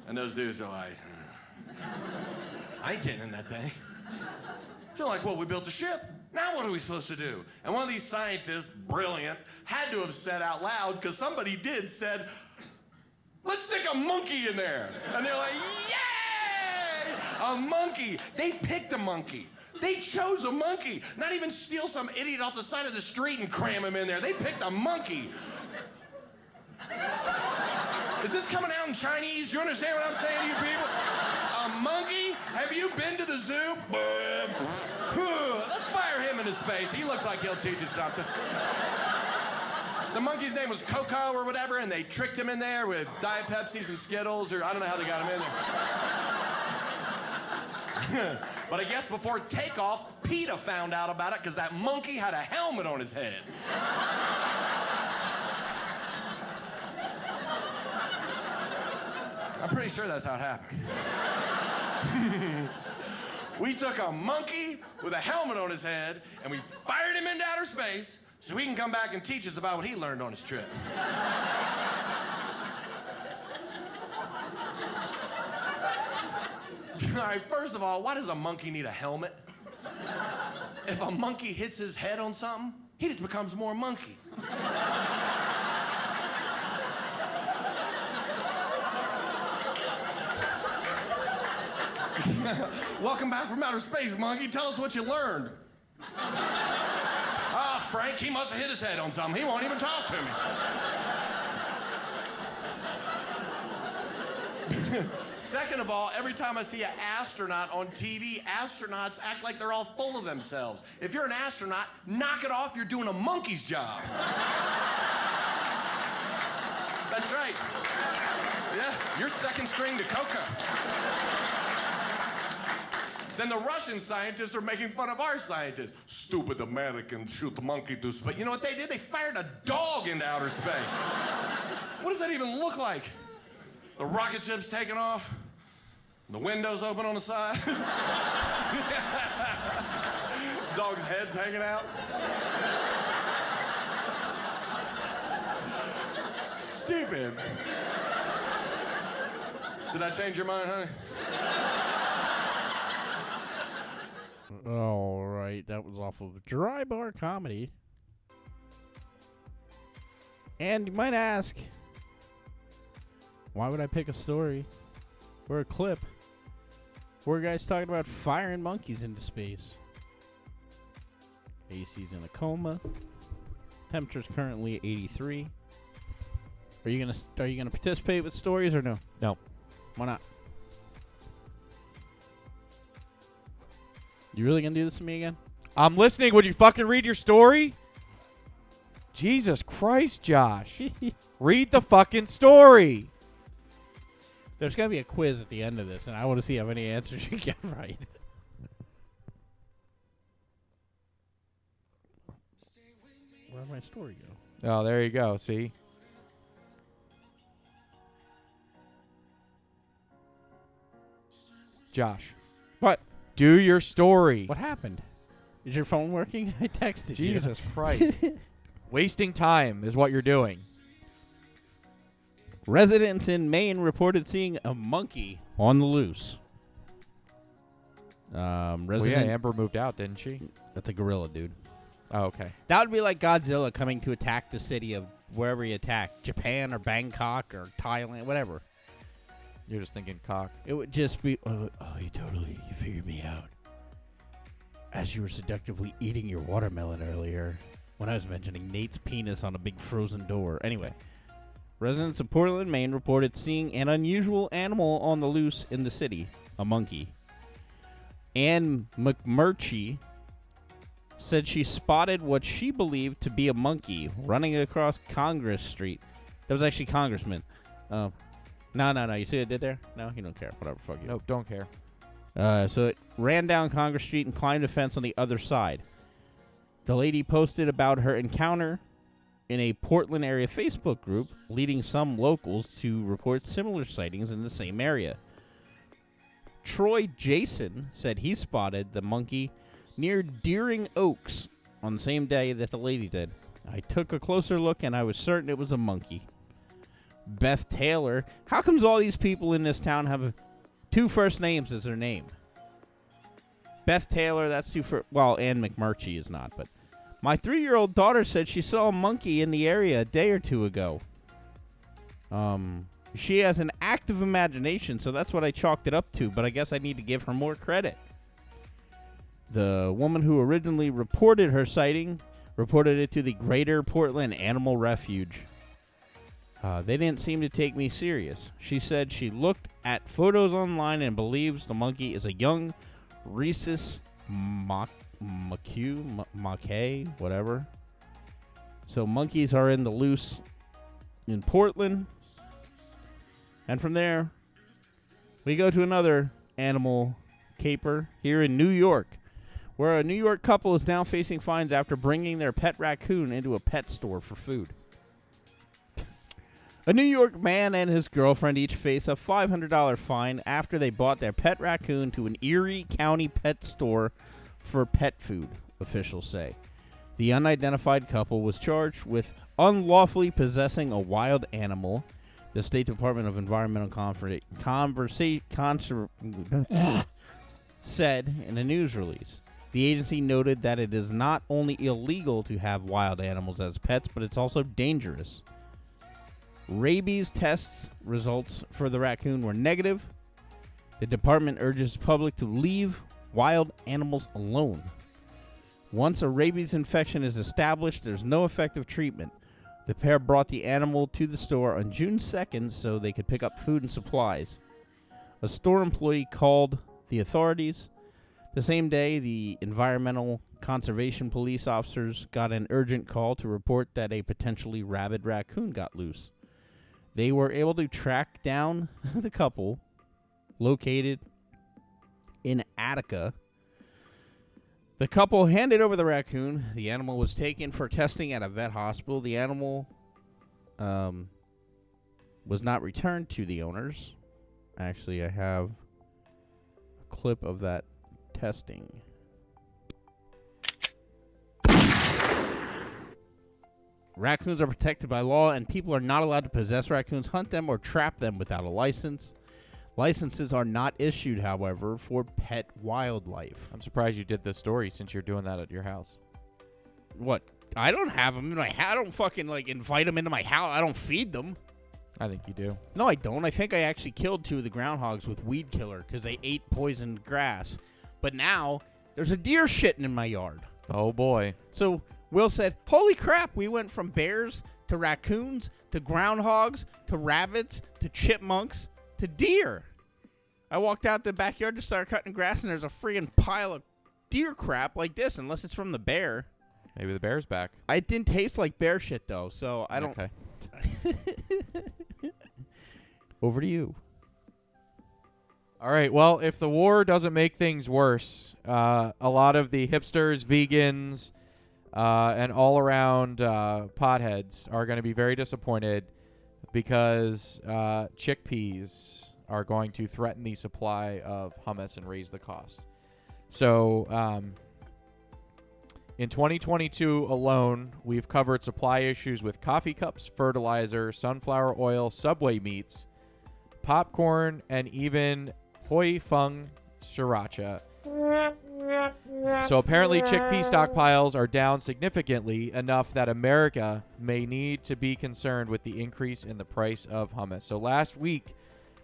Speaker 8: and those dudes are like, "Uh, I ain't getting in that thing. They're like, well, we built the ship. Now what are we supposed to do? And one of these scientists, brilliant, had to have said out loud, because somebody did, said, let's stick a monkey in there. And they're like, yay! A monkey. They picked a monkey. They chose a monkey. Not even steal some idiot off the side of the street and cram him in there. They picked a monkey. Is this coming out in Chinese? You understand what I'm saying to you people? A monkey? Have you been to the zoo? Let's fire him into space. He looks like he'll teach us something. The monkey's name was Coco or whatever, and they tricked him in there with Diet Pepsis and Skittles, or I don't know how they got him in there. but I guess before takeoff, PETA found out about it because that monkey had a helmet on his head. I'm pretty sure that's how it happened. we took a monkey with a helmet on his head and we fired him into outer space so he can come back and teach us about what he learned on his trip. all right, first of all, why does a monkey need a helmet? If a monkey hits his head on something, he just becomes more monkey. Welcome back from outer space, monkey. Tell us what you learned. Ah, Frank, he must have hit his head on something. He won't even talk to me. Second of all, every time I see an astronaut on TV, astronauts act like they're all full of themselves. If you're an astronaut, knock it off. You're doing a monkey's job. That's right. Yeah, you're second string to Coco. Then the Russian scientists are making fun of our scientists. Stupid Americans shoot the monkey through space. You know what they did? They fired a dog into outer space. what does that even look like? The rocket ship's taking off. The windows open on the side. Dog's head's hanging out. Stupid. Did I change your mind, honey?
Speaker 4: All right, that was off of Dry Bar Comedy. And you might ask, why would I pick a story or a clip where a guy's talking about firing monkeys into space? AC's in a coma. Temperature's currently 83. Are you gonna are you gonna participate with stories or no?
Speaker 5: No.
Speaker 4: Why not? You really gonna do this to me again?
Speaker 5: I'm listening. Would you fucking read your story? Jesus Christ, Josh. read the fucking story.
Speaker 4: There's gonna be a quiz at the end of this, and I want to see how many answers you get right. Where did my story go?
Speaker 5: Oh, there you go. See? Josh.
Speaker 4: What?
Speaker 5: Do your story.
Speaker 4: What happened? Is your phone working? I texted you.
Speaker 5: Jesus Christ. Wasting time is what you're doing.
Speaker 4: Residents in Maine reported seeing a monkey on the loose. Um,
Speaker 5: Well, yeah,
Speaker 4: resident
Speaker 5: Amber moved out, didn't she?
Speaker 4: That's a gorilla, dude.
Speaker 5: Oh, okay.
Speaker 4: That would be like Godzilla coming to attack the city of wherever he attacked, Japan or Bangkok or Thailand, whatever.
Speaker 5: You're just thinking cock.
Speaker 4: It would just be, oh, oh, you totally, you figured me out. As you were seductively eating your watermelon earlier, when I was mentioning Nate's penis on a big frozen door. Anyway, residents of Portland, Maine reported seeing an unusual animal on the loose in the city, a monkey. Anne McMurtry said she spotted what she believed to be a monkey running across Congress Street. That was actually Congressman. Uh, no, no, no. You see what I did there? No, you don't care. Whatever. Fuck you.
Speaker 5: Nope, don't care.
Speaker 4: Uh, so it ran down Congress Street and climbed a fence on the other side. The lady posted about her encounter in a Portland area Facebook group, leading some locals to report similar sightings in the same area. Troy Jason said he spotted the monkey near Deering Oaks on the same day that the lady did. I took a closer look and I was certain it was a monkey. Beth Taylor. How comes all these people in this town have two first names as their name? Beth Taylor, that's two for well, Anne McMurtry is not, but my three year old daughter said she saw a monkey in the area a day or two ago. Um she has an active imagination, so that's what I chalked it up to, but I guess I need to give her more credit. The woman who originally reported her sighting reported it to the Greater Portland Animal Refuge. Uh, they didn't seem to take me serious. She said she looked at photos online and believes the monkey is a young rhesus mac- macu, ma- macaque, whatever. So monkeys are in the loose in Portland. And from there, we go to another animal caper here in New York, where a New York couple is now facing fines after bringing their pet raccoon into a pet store for food. A New York man and his girlfriend each face a $500 fine after they bought their pet raccoon to an Erie County pet store for pet food, officials say. The unidentified couple was charged with unlawfully possessing a wild animal. The State Department of Environmental Confer- Conversa- Conser- said in a news release. The agency noted that it is not only illegal to have wild animals as pets, but it's also dangerous. Rabies tests results for the raccoon were negative. The department urges public to leave wild animals alone. Once a rabies infection is established, there's no effective treatment. The pair brought the animal to the store on June 2nd so they could pick up food and supplies. A store employee called the authorities. The same day, the Environmental Conservation Police officers got an urgent call to report that a potentially rabid raccoon got loose. They were able to track down the couple located in Attica. The couple handed over the raccoon. The animal was taken for testing at a vet hospital. The animal um, was not returned to the owners. Actually, I have a clip of that testing. Raccoons are protected by law, and people are not allowed to possess raccoons, hunt them, or trap them without a license. Licenses are not issued, however, for pet wildlife.
Speaker 5: I'm surprised you did this story since you're doing that at your house.
Speaker 4: What? I don't have them in my house. I don't fucking like invite them into my house. I don't feed them.
Speaker 5: I think you do.
Speaker 4: No, I don't. I think I actually killed two of the groundhogs with weed killer because they ate poisoned grass. But now there's a deer shitting in my yard.
Speaker 5: Oh boy.
Speaker 4: So Will said, "Holy crap! We went from bears to raccoons to groundhogs to rabbits to chipmunks to deer." I walked out the backyard to start cutting grass, and there's a friggin' pile of deer crap like this unless it's from the bear.
Speaker 5: Maybe the bear's back.
Speaker 4: I didn't taste like bear shit though, so I don't.
Speaker 5: Okay.
Speaker 4: Over to you.
Speaker 5: All right. Well, if the war doesn't make things worse, uh, a lot of the hipsters, vegans, uh, and all around uh, potheads are going to be very disappointed because uh, chickpeas are going to threaten the supply of hummus and raise the cost. So, um, in 2022 alone, we've covered supply issues with coffee cups, fertilizer, sunflower oil, subway meats, popcorn, and even hoi fung sriracha. So apparently, chickpea stockpiles are down significantly enough that America may need to be concerned with the increase in the price of hummus. So last week,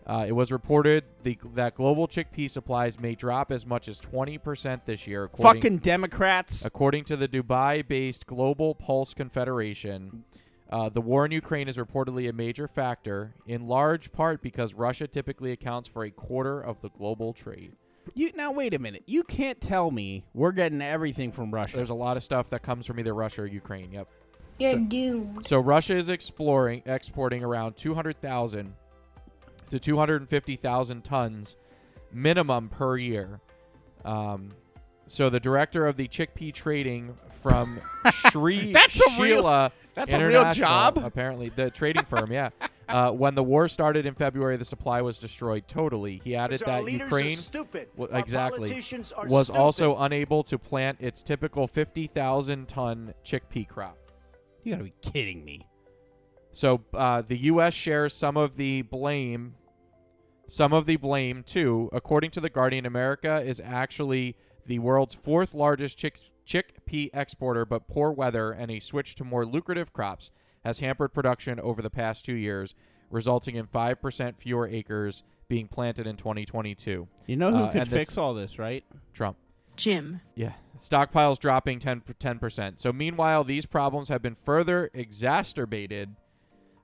Speaker 5: uh, it was reported the, that global chickpea supplies may drop as much as 20% this year. according-
Speaker 4: Fucking Democrats.
Speaker 5: According to the Dubai based Global Pulse Confederation, uh, the war in Ukraine is reportedly a major factor, in large part because Russia typically accounts for a quarter of the global trade.
Speaker 4: You now wait a minute. You can't tell me we're getting everything from Russia.
Speaker 5: There's a lot of stuff that comes from either Russia or Ukraine. Yep.
Speaker 13: You're doomed.
Speaker 5: So Russia is exploring exporting around 200,000 to 250,000 tons minimum per year. Um, so the director of the chickpea trading from Sri
Speaker 4: That's a real-
Speaker 5: Sheila
Speaker 4: that's a real
Speaker 5: International,
Speaker 4: job?
Speaker 5: apparently the trading firm, yeah. Uh, when the war started in February, the supply was destroyed totally. He added
Speaker 14: Because our
Speaker 5: that
Speaker 14: leaders are
Speaker 5: Ukraine
Speaker 14: stupid.
Speaker 5: wa-
Speaker 14: Our
Speaker 5: exactly
Speaker 14: politicians are
Speaker 5: was
Speaker 14: stupid.
Speaker 5: also unable to plant its typical 50,000 ton chickpea crop.
Speaker 4: You gotta be kidding me.
Speaker 5: So uh, the U.S. shares some of the blame. Some of the blame too, according to the Guardian. America is actually the world's fourth largest chick chickpea exporter, but poor weather and a switch to more lucrative crops has hampered production over the past two years, resulting in five percent fewer acres being planted in 2022.
Speaker 4: You know who
Speaker 5: Uh,
Speaker 4: could
Speaker 5: and this-
Speaker 4: fix all this, right?
Speaker 5: Trump.
Speaker 15: Jim.
Speaker 5: Yeah. Stockpiles dropping 10 percent. So meanwhile, these problems have been further exacerbated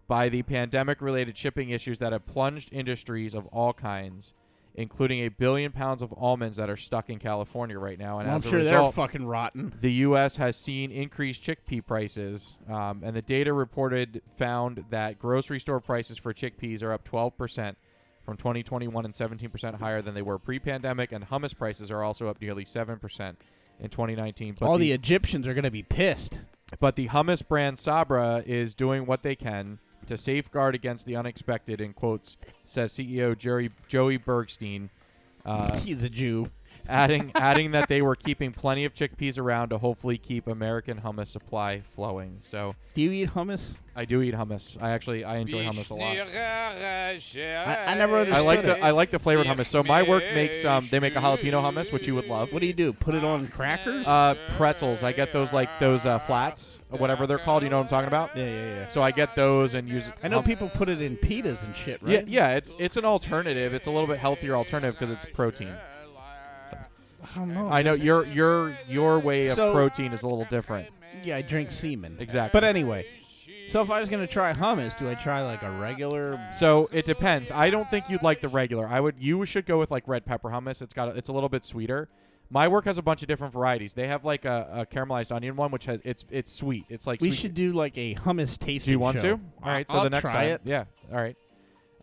Speaker 5: by the pandemic-related shipping issues that have plunged industries of all kinds, including a billion pounds of almonds that are stuck in California right now. And
Speaker 4: Well, I'm
Speaker 5: as a
Speaker 4: sure they're
Speaker 5: result,
Speaker 4: fucking rotten.
Speaker 5: The U.S. has seen increased chickpea prices, um, and the data reported found that grocery store prices for chickpeas are up 12 percent from 2021 and 17 percent higher than they were pre-pandemic, and hummus prices are also up nearly seven percent in 2019. But
Speaker 4: all the Egyptians are gonna be pissed.
Speaker 5: but the hummus brand Sabra is doing what they can to safeguard against the unexpected, in quotes, says CEO Jerry, Joey Bergstein. Uh,
Speaker 4: He's a Jew.
Speaker 5: adding, adding that they were keeping plenty of chickpeas around to hopefully keep American hummus supply flowing. So,
Speaker 4: do you eat hummus?
Speaker 5: I do eat hummus. I actually I enjoy hummus a lot.
Speaker 4: I, I never understood.
Speaker 5: I like the
Speaker 4: it.
Speaker 5: I like the flavored hummus. So my work makes um they make a jalapeno hummus, which you would love. What
Speaker 4: do you do? Put it on crackers?
Speaker 5: Uh, pretzels. I get those like those uh, flats, or whatever they're called. You know what I'm talking about? Yeah, yeah, yeah. So I get those and use.
Speaker 4: I know people put it in pitas and shit, right?
Speaker 5: Yeah, yeah. It's it's an alternative. It's a little bit healthier alternative because it's protein.
Speaker 4: I don't know.
Speaker 5: I know your your your way of
Speaker 4: So-
Speaker 5: protein is a little different.
Speaker 4: Yeah, I drink semen.
Speaker 5: Exactly.
Speaker 4: But anyway, so if I was gonna try hummus, do I try like a regular?
Speaker 5: So it depends. I don't think you'd like the regular. I would. You should go with like red pepper hummus. It's got. A, it's a little bit sweeter. My work has a bunch of different varieties. They have like a, a caramelized onion one, which has it's it's sweet. It's like
Speaker 4: we
Speaker 5: sweet.
Speaker 4: should do like a hummus tasting.
Speaker 5: Do you want
Speaker 4: show.
Speaker 5: to? All right. So
Speaker 4: I'll
Speaker 5: the next
Speaker 4: try
Speaker 5: time,
Speaker 4: it.
Speaker 5: yeah. All right,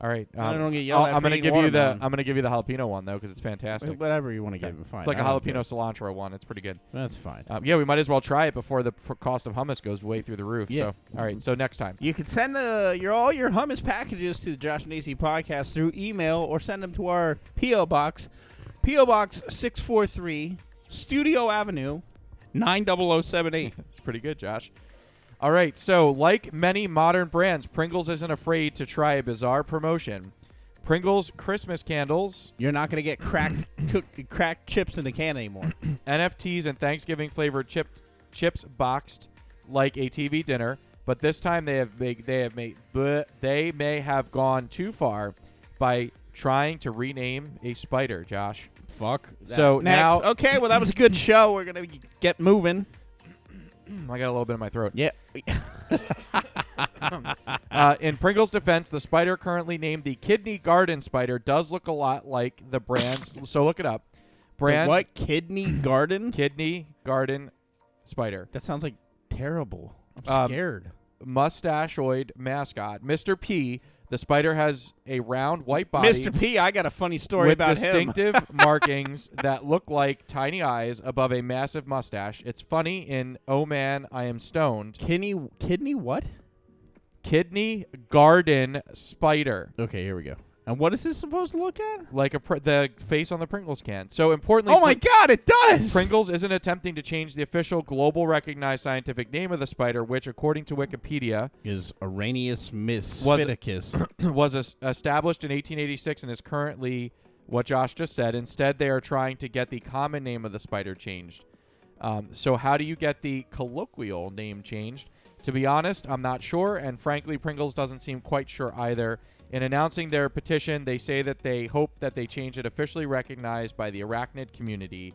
Speaker 5: all right.
Speaker 4: I don't
Speaker 5: um,
Speaker 4: get yelled
Speaker 5: I'll-
Speaker 4: at
Speaker 5: I'm
Speaker 4: for
Speaker 5: gonna
Speaker 4: eating
Speaker 5: give you the
Speaker 4: watermelon.
Speaker 5: I'm gonna give you the jalapeno one though because it's fantastic.
Speaker 4: Whatever you want to give, fine.
Speaker 5: It's like
Speaker 4: I
Speaker 5: a
Speaker 4: don't
Speaker 5: jalapeno cilantro one. It's pretty good.
Speaker 4: That's fine.
Speaker 5: Um, yeah, we might as well try it before the pr- cost of hummus goes way through the roof.
Speaker 4: Yeah.
Speaker 5: So all right. So next time.
Speaker 4: You can send uh, your all your hummus packages to the Josh and AC podcast through email or send them to our PO box, PO box six four three, Studio Avenue, nine double O seven eight.
Speaker 5: It's pretty good, Josh. All right, so like many modern brands, Pringles isn't afraid to try a bizarre promotion. Pringles Christmas candles.
Speaker 4: You're not going to get cracked cook, cracked chips in the can anymore.
Speaker 5: NFTs and Thanksgiving flavored chipped chips boxed like a TV dinner, but this time they have made, they have made bleh, they may have gone too far by trying to rename a spider, Josh.
Speaker 4: Fuck.
Speaker 5: So
Speaker 4: Next.
Speaker 5: now
Speaker 4: okay, well that was a good show. We're gonna get moving.
Speaker 5: I got a little bit in my throat.
Speaker 4: Yeah.
Speaker 5: uh, in Pringle's defense, the spider currently named the Kidney Garden Spider does look a lot like the brand's. so look it up. Brands.
Speaker 4: what? Kidney garden?
Speaker 5: Kidney garden spider.
Speaker 4: That sounds like terrible. I'm
Speaker 5: Um,
Speaker 4: scared.
Speaker 5: Mustachioid mascot, Mr. P. The spider has a round white body.
Speaker 4: Mr. P, I got a funny story
Speaker 5: with
Speaker 4: about him.
Speaker 5: distinctive markings that look like tiny eyes above a massive mustache. It's funny in Oh Man, I Am Stoned.
Speaker 4: Kidney, kidney what?
Speaker 5: Kidney garden spider.
Speaker 4: Okay, here we go. And what is this supposed to look at?
Speaker 5: Like a pr- the face on the Pringles can. So importantly,
Speaker 4: Oh my
Speaker 5: Pr-
Speaker 4: God, it does!
Speaker 5: Pringles isn't attempting to change the official global recognized scientific name of the spider, which, according to Wikipedia,
Speaker 4: Is Arrhenius
Speaker 5: was
Speaker 4: misfiticus.
Speaker 5: was es- established in 1886 and is currently what Josh just said. Instead, they are trying to get the common name of the spider changed. Um, so, how do you get the colloquial name changed? To be honest, I'm not sure, and frankly, Pringles doesn't seem quite sure either. In announcing their petition, they say that they hope that they change it officially recognized by the arachnid community.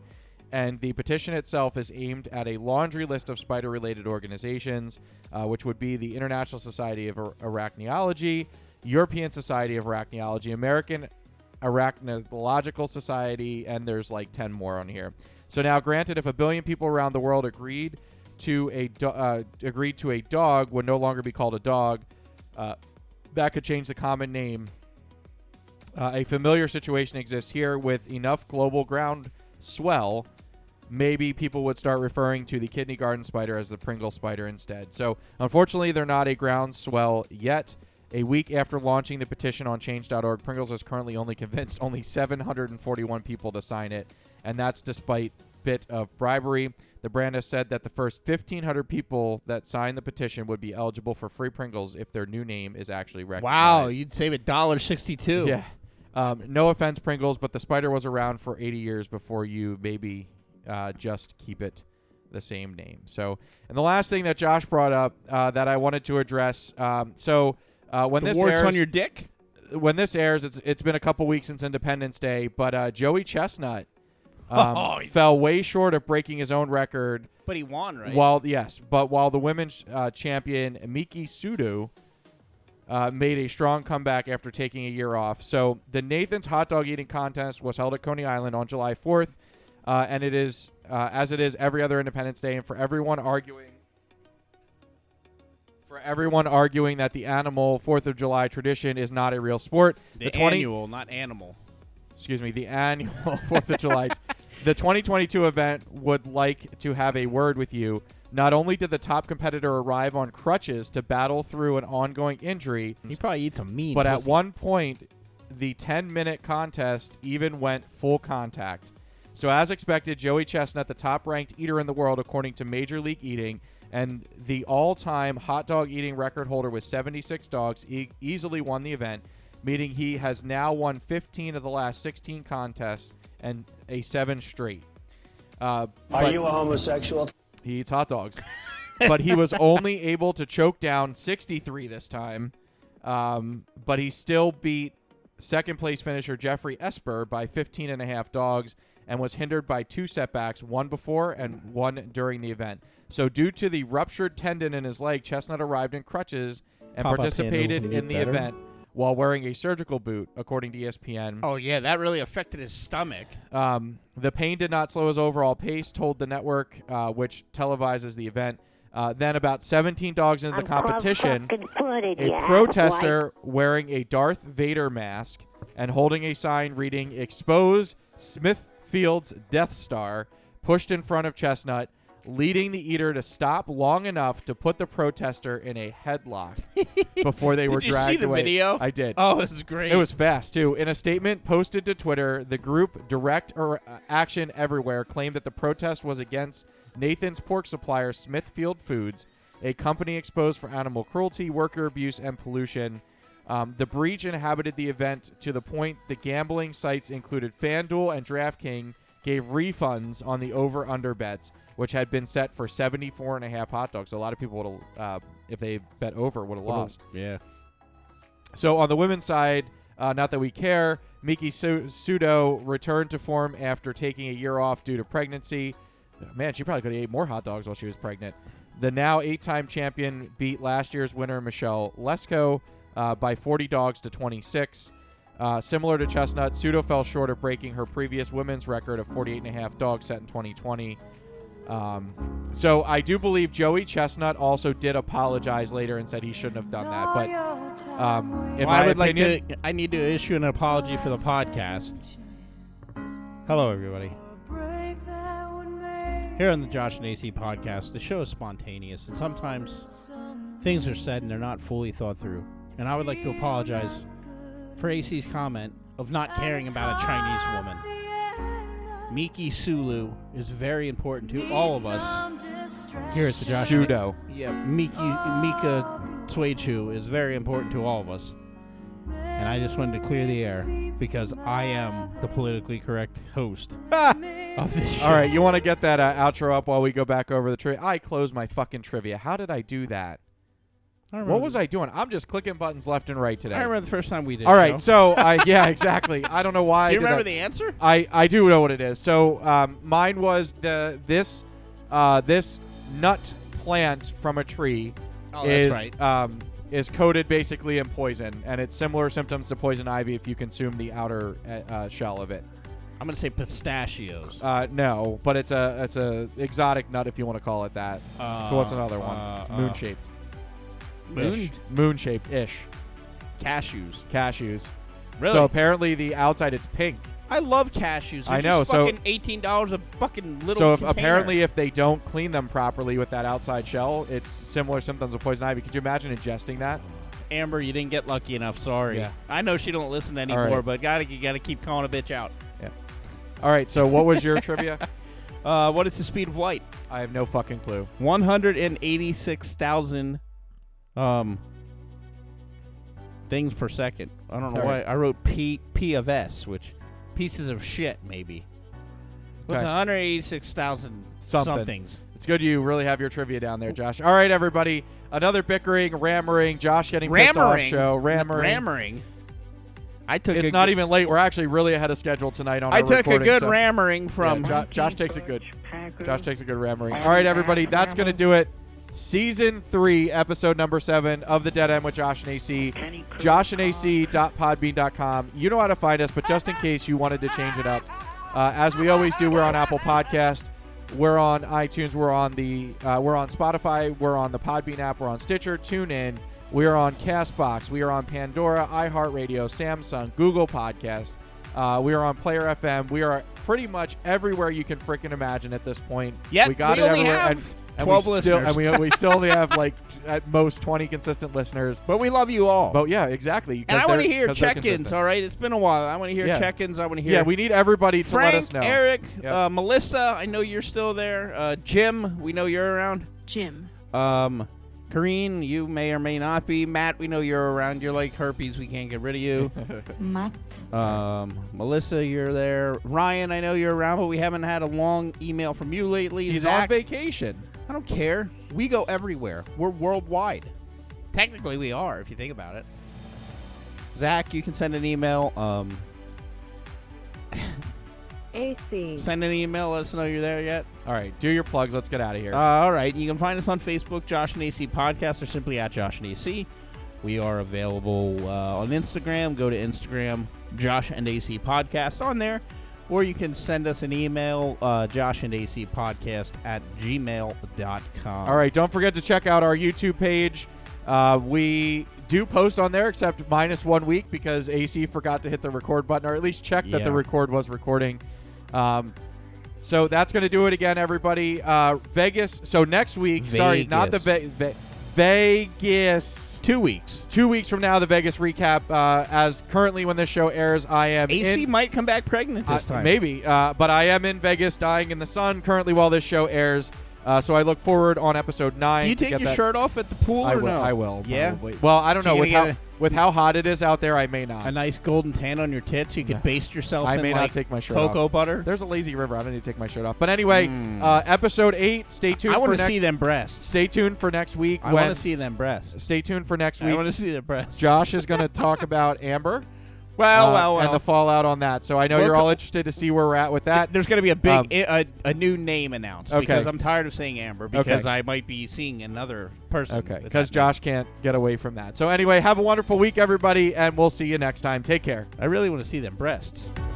Speaker 5: And the petition itself is aimed at a laundry list of spider related organizations, uh, which would be the International Society of Ar- Arachneology, European Society of Arachneology, American Arachnological Society, and there's like 10 more on here. So now, granted, if a billion people around the world agreed to a do- uh, agreed to a dog would no longer be called a dog, uh, that could change the common name uh, a familiar situation exists here with enough global ground swell. Maybe people would start referring to the kidney garden spider as the Pringle spider instead. So, unfortunately, they're not a ground swell yet. A week after launching the petition on change.org, Pringles is currently only convinced only 741 people to sign it, and that's despite bit of bribery. The brand has said that the first 1,500 people that sign the petition would be eligible for free Pringles if their new name is actually recognized.
Speaker 4: Wow, you'd save a dollar sixty-two.
Speaker 5: Yeah. Um, no offense, Pringles, but the spider was around for 80 years before you. Maybe uh, just keep it the same name. So, and the last thing that Josh brought up uh, that I wanted to address. Um, so, uh, when
Speaker 4: The
Speaker 5: this
Speaker 4: warts
Speaker 5: airs,
Speaker 4: on your dick.
Speaker 5: when this airs, it's it's been a couple weeks since Independence Day, but uh, Joey Chestnut um,
Speaker 4: Oh, he-
Speaker 5: fell way short of breaking his own record.
Speaker 4: But he won, right?
Speaker 5: While yes, but while the women's uh, champion Miki Sudo uh, made a strong comeback after taking a year off. So the Nathan's hot dog eating contest was held at Coney Island on July 4th, uh, and it is uh, as it is every other Independence Day, and for everyone arguing. For everyone arguing that the animal Fourth of July tradition is not a real sport,
Speaker 4: The,
Speaker 5: 20
Speaker 4: annual, not animal.
Speaker 5: excuse me, the annual Fourth of July, the 2022 event would like to have a word with you. Not only did the top competitor arrive on crutches to battle through an ongoing injury,
Speaker 4: He probably eats a mean.
Speaker 5: but at
Speaker 4: pussy.
Speaker 5: one point, the 10 minute contest even went full contact. So, as expected, Joey Chestnut, the top ranked eater in the world according to Major League Eating, and the all time hot dog eating record holder with 76 dogs, e- easily won the event, meaning he has now won 15 of the last 16 contests and a seven straight. Uh, but-
Speaker 13: homosexual?
Speaker 5: he eats hot dogs. but he was only able to choke down 63 this time. Um, but he still beat second place finisher Jeffrey Esper by 15 and a half dogs and was hindered by two setbacks, one before and one during the event. So, due to the ruptured tendon in his leg, Chestnut arrived in crutches and
Speaker 4: Pop-up
Speaker 5: participated
Speaker 4: handles
Speaker 5: in
Speaker 4: will
Speaker 5: the
Speaker 4: get better.
Speaker 5: event while wearing a surgical boot, according to E ESPN.
Speaker 4: Oh yeah, that really affected his stomach.
Speaker 5: Um, the pain did not slow his overall pace, told the network, uh, which televises the event. Uh, then, about 17 dogs into the competition, a protester wearing a Darth Vader mask and holding a sign reading "Expose Smithfield's Death Star" pushed in front of Chestnut, leading the eater to stop long enough to put the protester in a headlock before they
Speaker 4: Did
Speaker 5: were
Speaker 4: you see
Speaker 5: dragged
Speaker 4: the
Speaker 5: away.
Speaker 4: video?
Speaker 5: I did.
Speaker 4: Oh, this is great.
Speaker 5: It was fast too. In a statement posted to Twitter, the group Direct or uh, Action Everywhere claimed that the protest was against Nathan's pork supplier Smithfield Foods, a company exposed for animal cruelty, worker abuse, and pollution. Um, the breach inhabited the event to the point the gambling sites included FanDuel and DraftKings gave refunds on the over/under bets, which had been set for 74 and a half hot dogs. So a lot of people would have, uh, if they bet over, would have
Speaker 4: Would've-
Speaker 5: lost.
Speaker 4: Yeah.
Speaker 5: So on the women's side, uh, not that we care, Miki Su- Sudo returned to form after taking a year off due to pregnancy. Man, she probably could have ate more hot dogs while she was pregnant. The now eight-time champion beat last year's winner Michelle Lesko uh, by 40 dogs to 26. Uh, similar to Chestnut, Pseudo fell short of breaking her previous women's record of 48 and a half dogs set in 2020. Um, so I do believe Joey Chestnut also did apologize later and said he shouldn't have done that. But um, in
Speaker 4: Well, I
Speaker 5: my
Speaker 4: would
Speaker 5: opinion,
Speaker 4: like to. I need to issue an apology for the podcast. Hello, everybody. Here on the Josh and AC podcast, the show is spontaneous, and sometimes things are said and they're not fully thought through. And I would like to apologize for AC's comment of not caring about a Chinese
Speaker 5: uh,
Speaker 4: woman. Miki Sulu is very important to all of us here at the Josh. and-
Speaker 5: Pseudo.
Speaker 4: Yeah, Miki Mika Suechu is very important to all of us. And I just wanted to clear the air because I am the politically correct host of this show.
Speaker 5: All right, you want to get that uh, outro up while we go back over the trivia? I closed my fucking trivia. How did I do that?
Speaker 4: I
Speaker 5: What
Speaker 4: remember.
Speaker 5: was I doing? I'm just clicking buttons left and right today.
Speaker 4: I remember the first time we did.
Speaker 5: All right,
Speaker 4: so,
Speaker 5: so uh, yeah, exactly. I don't know why.
Speaker 4: Do you
Speaker 5: I did
Speaker 4: remember
Speaker 5: that.
Speaker 4: the answer?
Speaker 5: I I do know what it is. So um, mine was the this uh, this nut plant from a tree
Speaker 4: Oh, that's
Speaker 5: is
Speaker 4: right.
Speaker 5: um, is coated basically in poison, and it's similar symptoms to poison ivy if you consume the outer uh, uh, shell of it.
Speaker 4: I'm gonna say pistachios.
Speaker 5: Uh, no, but it's a it's a exotic nut if you want to call it that. so what's
Speaker 4: Uh,
Speaker 5: another one?
Speaker 4: uh, uh.
Speaker 5: moon shaped.
Speaker 4: Moon?
Speaker 5: Moon shaped ish.
Speaker 4: Cashews.
Speaker 5: Cashews.
Speaker 4: Really?
Speaker 5: So apparently the outside it's pink.
Speaker 4: I love cashews. They're
Speaker 5: I know,
Speaker 4: Just
Speaker 5: so-
Speaker 4: fucking eighteen dollars a fucking little.
Speaker 5: so if,
Speaker 4: container.
Speaker 5: apparently if they don't clean them properly with that outside shell, it's similar symptoms of poison ivy. Could you imagine ingesting that?
Speaker 4: Oh. Amber, you didn't get lucky enough. Sorry.
Speaker 5: Yeah.
Speaker 4: I know she don't listen
Speaker 5: All right.
Speaker 4: anymore, but gotta you gotta keep calling a bitch out.
Speaker 5: Yeah. All right. So what was your trivia?
Speaker 4: Uh, what is the speed of light?
Speaker 5: I have no fucking clue.
Speaker 4: One hundred and eighty-six thousand um things per second. I don't know
Speaker 5: All
Speaker 4: why
Speaker 5: right.
Speaker 4: I wrote P P of S, which pieces of shit maybe. What's
Speaker 5: Okay.
Speaker 4: one hundred eighty-six thousand
Speaker 5: Something.
Speaker 4: somethings?
Speaker 5: It's good you really have your trivia down there, Josh. All right, everybody. Another bickering, rammering, Josh getting pissed off
Speaker 4: Rammering.
Speaker 5: show. Rammering.
Speaker 4: Rammering. I took.
Speaker 5: It's
Speaker 4: a
Speaker 5: not
Speaker 4: good-
Speaker 5: even late. We're actually really ahead of schedule tonight on
Speaker 4: I
Speaker 5: our
Speaker 4: took a
Speaker 5: recording,
Speaker 4: good
Speaker 5: so-
Speaker 4: rammering from.
Speaker 5: Yeah, Jo- Josh takes a good. Josh takes a good rammering. All right, everybody, that's going to do it. Season three, episode number seven of the Dead End with Josh and AC. Josh and AC.podbean.com. You know how to find us, but just in case you wanted to change it up, uh, as we always do, we're on Apple Podcast, we're on iTunes, we're on the, uh, we're on Spotify, we're on the Podbean app, we're on Stitcher, TuneIn, we are on Castbox, we are on Pandora, iHeartRadio, Samsung, Google Podcast. Uh, we are on Player FM. We are pretty much everywhere you can freaking imagine at this point.
Speaker 4: Yep,
Speaker 5: we got
Speaker 4: we
Speaker 5: it
Speaker 4: only
Speaker 5: everywhere.
Speaker 4: have
Speaker 5: and, and
Speaker 4: 12
Speaker 5: we still,
Speaker 4: listeners.
Speaker 5: and we, we still only have like at most 20 consistent listeners.
Speaker 4: But we love you all.
Speaker 5: But yeah, exactly.
Speaker 4: and
Speaker 5: 'cause
Speaker 4: I want to
Speaker 5: they're-
Speaker 4: hear
Speaker 5: 'cause they're
Speaker 4: check-ins.
Speaker 5: consistent.
Speaker 4: All right, it's been a while. I want to hear
Speaker 5: Yeah.
Speaker 4: check-ins. I want to hear.
Speaker 5: Yeah, we need everybody to
Speaker 4: Frank,
Speaker 5: let us know.
Speaker 4: Eric,
Speaker 5: Yep.
Speaker 4: uh, Melissa. I know you're still there. Uh, Jim, we know you're around.
Speaker 13: Jim.
Speaker 4: Um, Kareen, you may or may not be. Matt, we know you're around. You're like herpes. We can't get rid of you.
Speaker 13: Matt.
Speaker 4: Um, Melissa, you're there. Ryan, I know you're around, but we haven't had a long email from you lately.
Speaker 5: He's
Speaker 4: Zach,
Speaker 5: on vacation.
Speaker 4: I don't care. We go everywhere. We're worldwide. Technically, we are if you think about it. Zach, you can send an email. Um,
Speaker 14: AC.
Speaker 4: send an email. Let us know you're there yet.
Speaker 5: All right, do your plugs. Let's get out of here.
Speaker 4: Uh, all right. You can find us on Facebook, Josh and AC Podcast, or simply at Josh and AC. We are available uh, on Instagram. Go to Instagram, Josh and AC Podcast on there. Or you can send us an email, uh, Josh and AC Podcast at gmail.com.
Speaker 5: All right, don't forget to check out our YouTube page. Uh, we do post on there, except minus one week because AC forgot to hit the record button, or at least check that
Speaker 4: Yeah.
Speaker 5: the record was recording. Um, so that's going to do it again, everybody. Uh, Vegas. So next week, sorry, not the Ve-
Speaker 4: Vegas.
Speaker 5: Ve- Vegas.
Speaker 4: Two weeks.
Speaker 5: Two weeks from now, the Vegas recap. Uh, as currently, when this show airs, I am
Speaker 4: AC
Speaker 5: in
Speaker 4: might come back pregnant this
Speaker 5: uh,
Speaker 4: time.
Speaker 5: Maybe. Uh, but I am in Vegas dying in the sun currently while this show airs. Uh, so I look forward on episode nine.
Speaker 4: Do you
Speaker 5: to
Speaker 4: take
Speaker 5: get
Speaker 4: your
Speaker 5: that-
Speaker 4: shirt off at the pool
Speaker 5: I
Speaker 4: or
Speaker 5: will,
Speaker 4: no?
Speaker 5: I will.
Speaker 4: Yeah.
Speaker 5: probably. Well, I don't
Speaker 4: So
Speaker 5: know.
Speaker 4: you're
Speaker 5: With how,
Speaker 4: gonna
Speaker 5: with how hot it is out there, I may not.
Speaker 4: A nice golden tan on your tits. You could baste yourself.
Speaker 5: I
Speaker 4: in,
Speaker 5: may
Speaker 4: like,
Speaker 5: not take my shirt
Speaker 4: Cocoa
Speaker 5: off.
Speaker 4: butter.
Speaker 5: There's a lazy river. I don't need to take my shirt off. But anyway, uh, episode eight. Stay tuned.
Speaker 4: Hmm. I
Speaker 5: want to
Speaker 4: see them breasts.
Speaker 5: Stay tuned for next week.
Speaker 4: I
Speaker 5: when-
Speaker 4: want to see them breasts.
Speaker 5: Stay tuned for next
Speaker 4: I
Speaker 5: week.
Speaker 4: wanna see their breasts.
Speaker 5: Josh is going to talk about Amber.
Speaker 4: Well,
Speaker 5: uh,
Speaker 4: well, well.
Speaker 5: and the fallout on that. So I know
Speaker 4: We'll
Speaker 5: you're
Speaker 4: co-
Speaker 5: all interested to see where we're at with that.
Speaker 4: Uh, There's going to be a big
Speaker 5: Um,
Speaker 4: i- a, a new name announced
Speaker 5: Okay.
Speaker 4: because I'm tired of saying Amber
Speaker 5: Okay.
Speaker 4: because I might be seeing another person.
Speaker 5: Okay,
Speaker 4: with
Speaker 5: because
Speaker 4: that
Speaker 5: Josh can't get away from that. So anyway, have a wonderful week, everybody, and we'll see you next time. Take care.
Speaker 4: I really want to see them breasts.
Speaker 5: All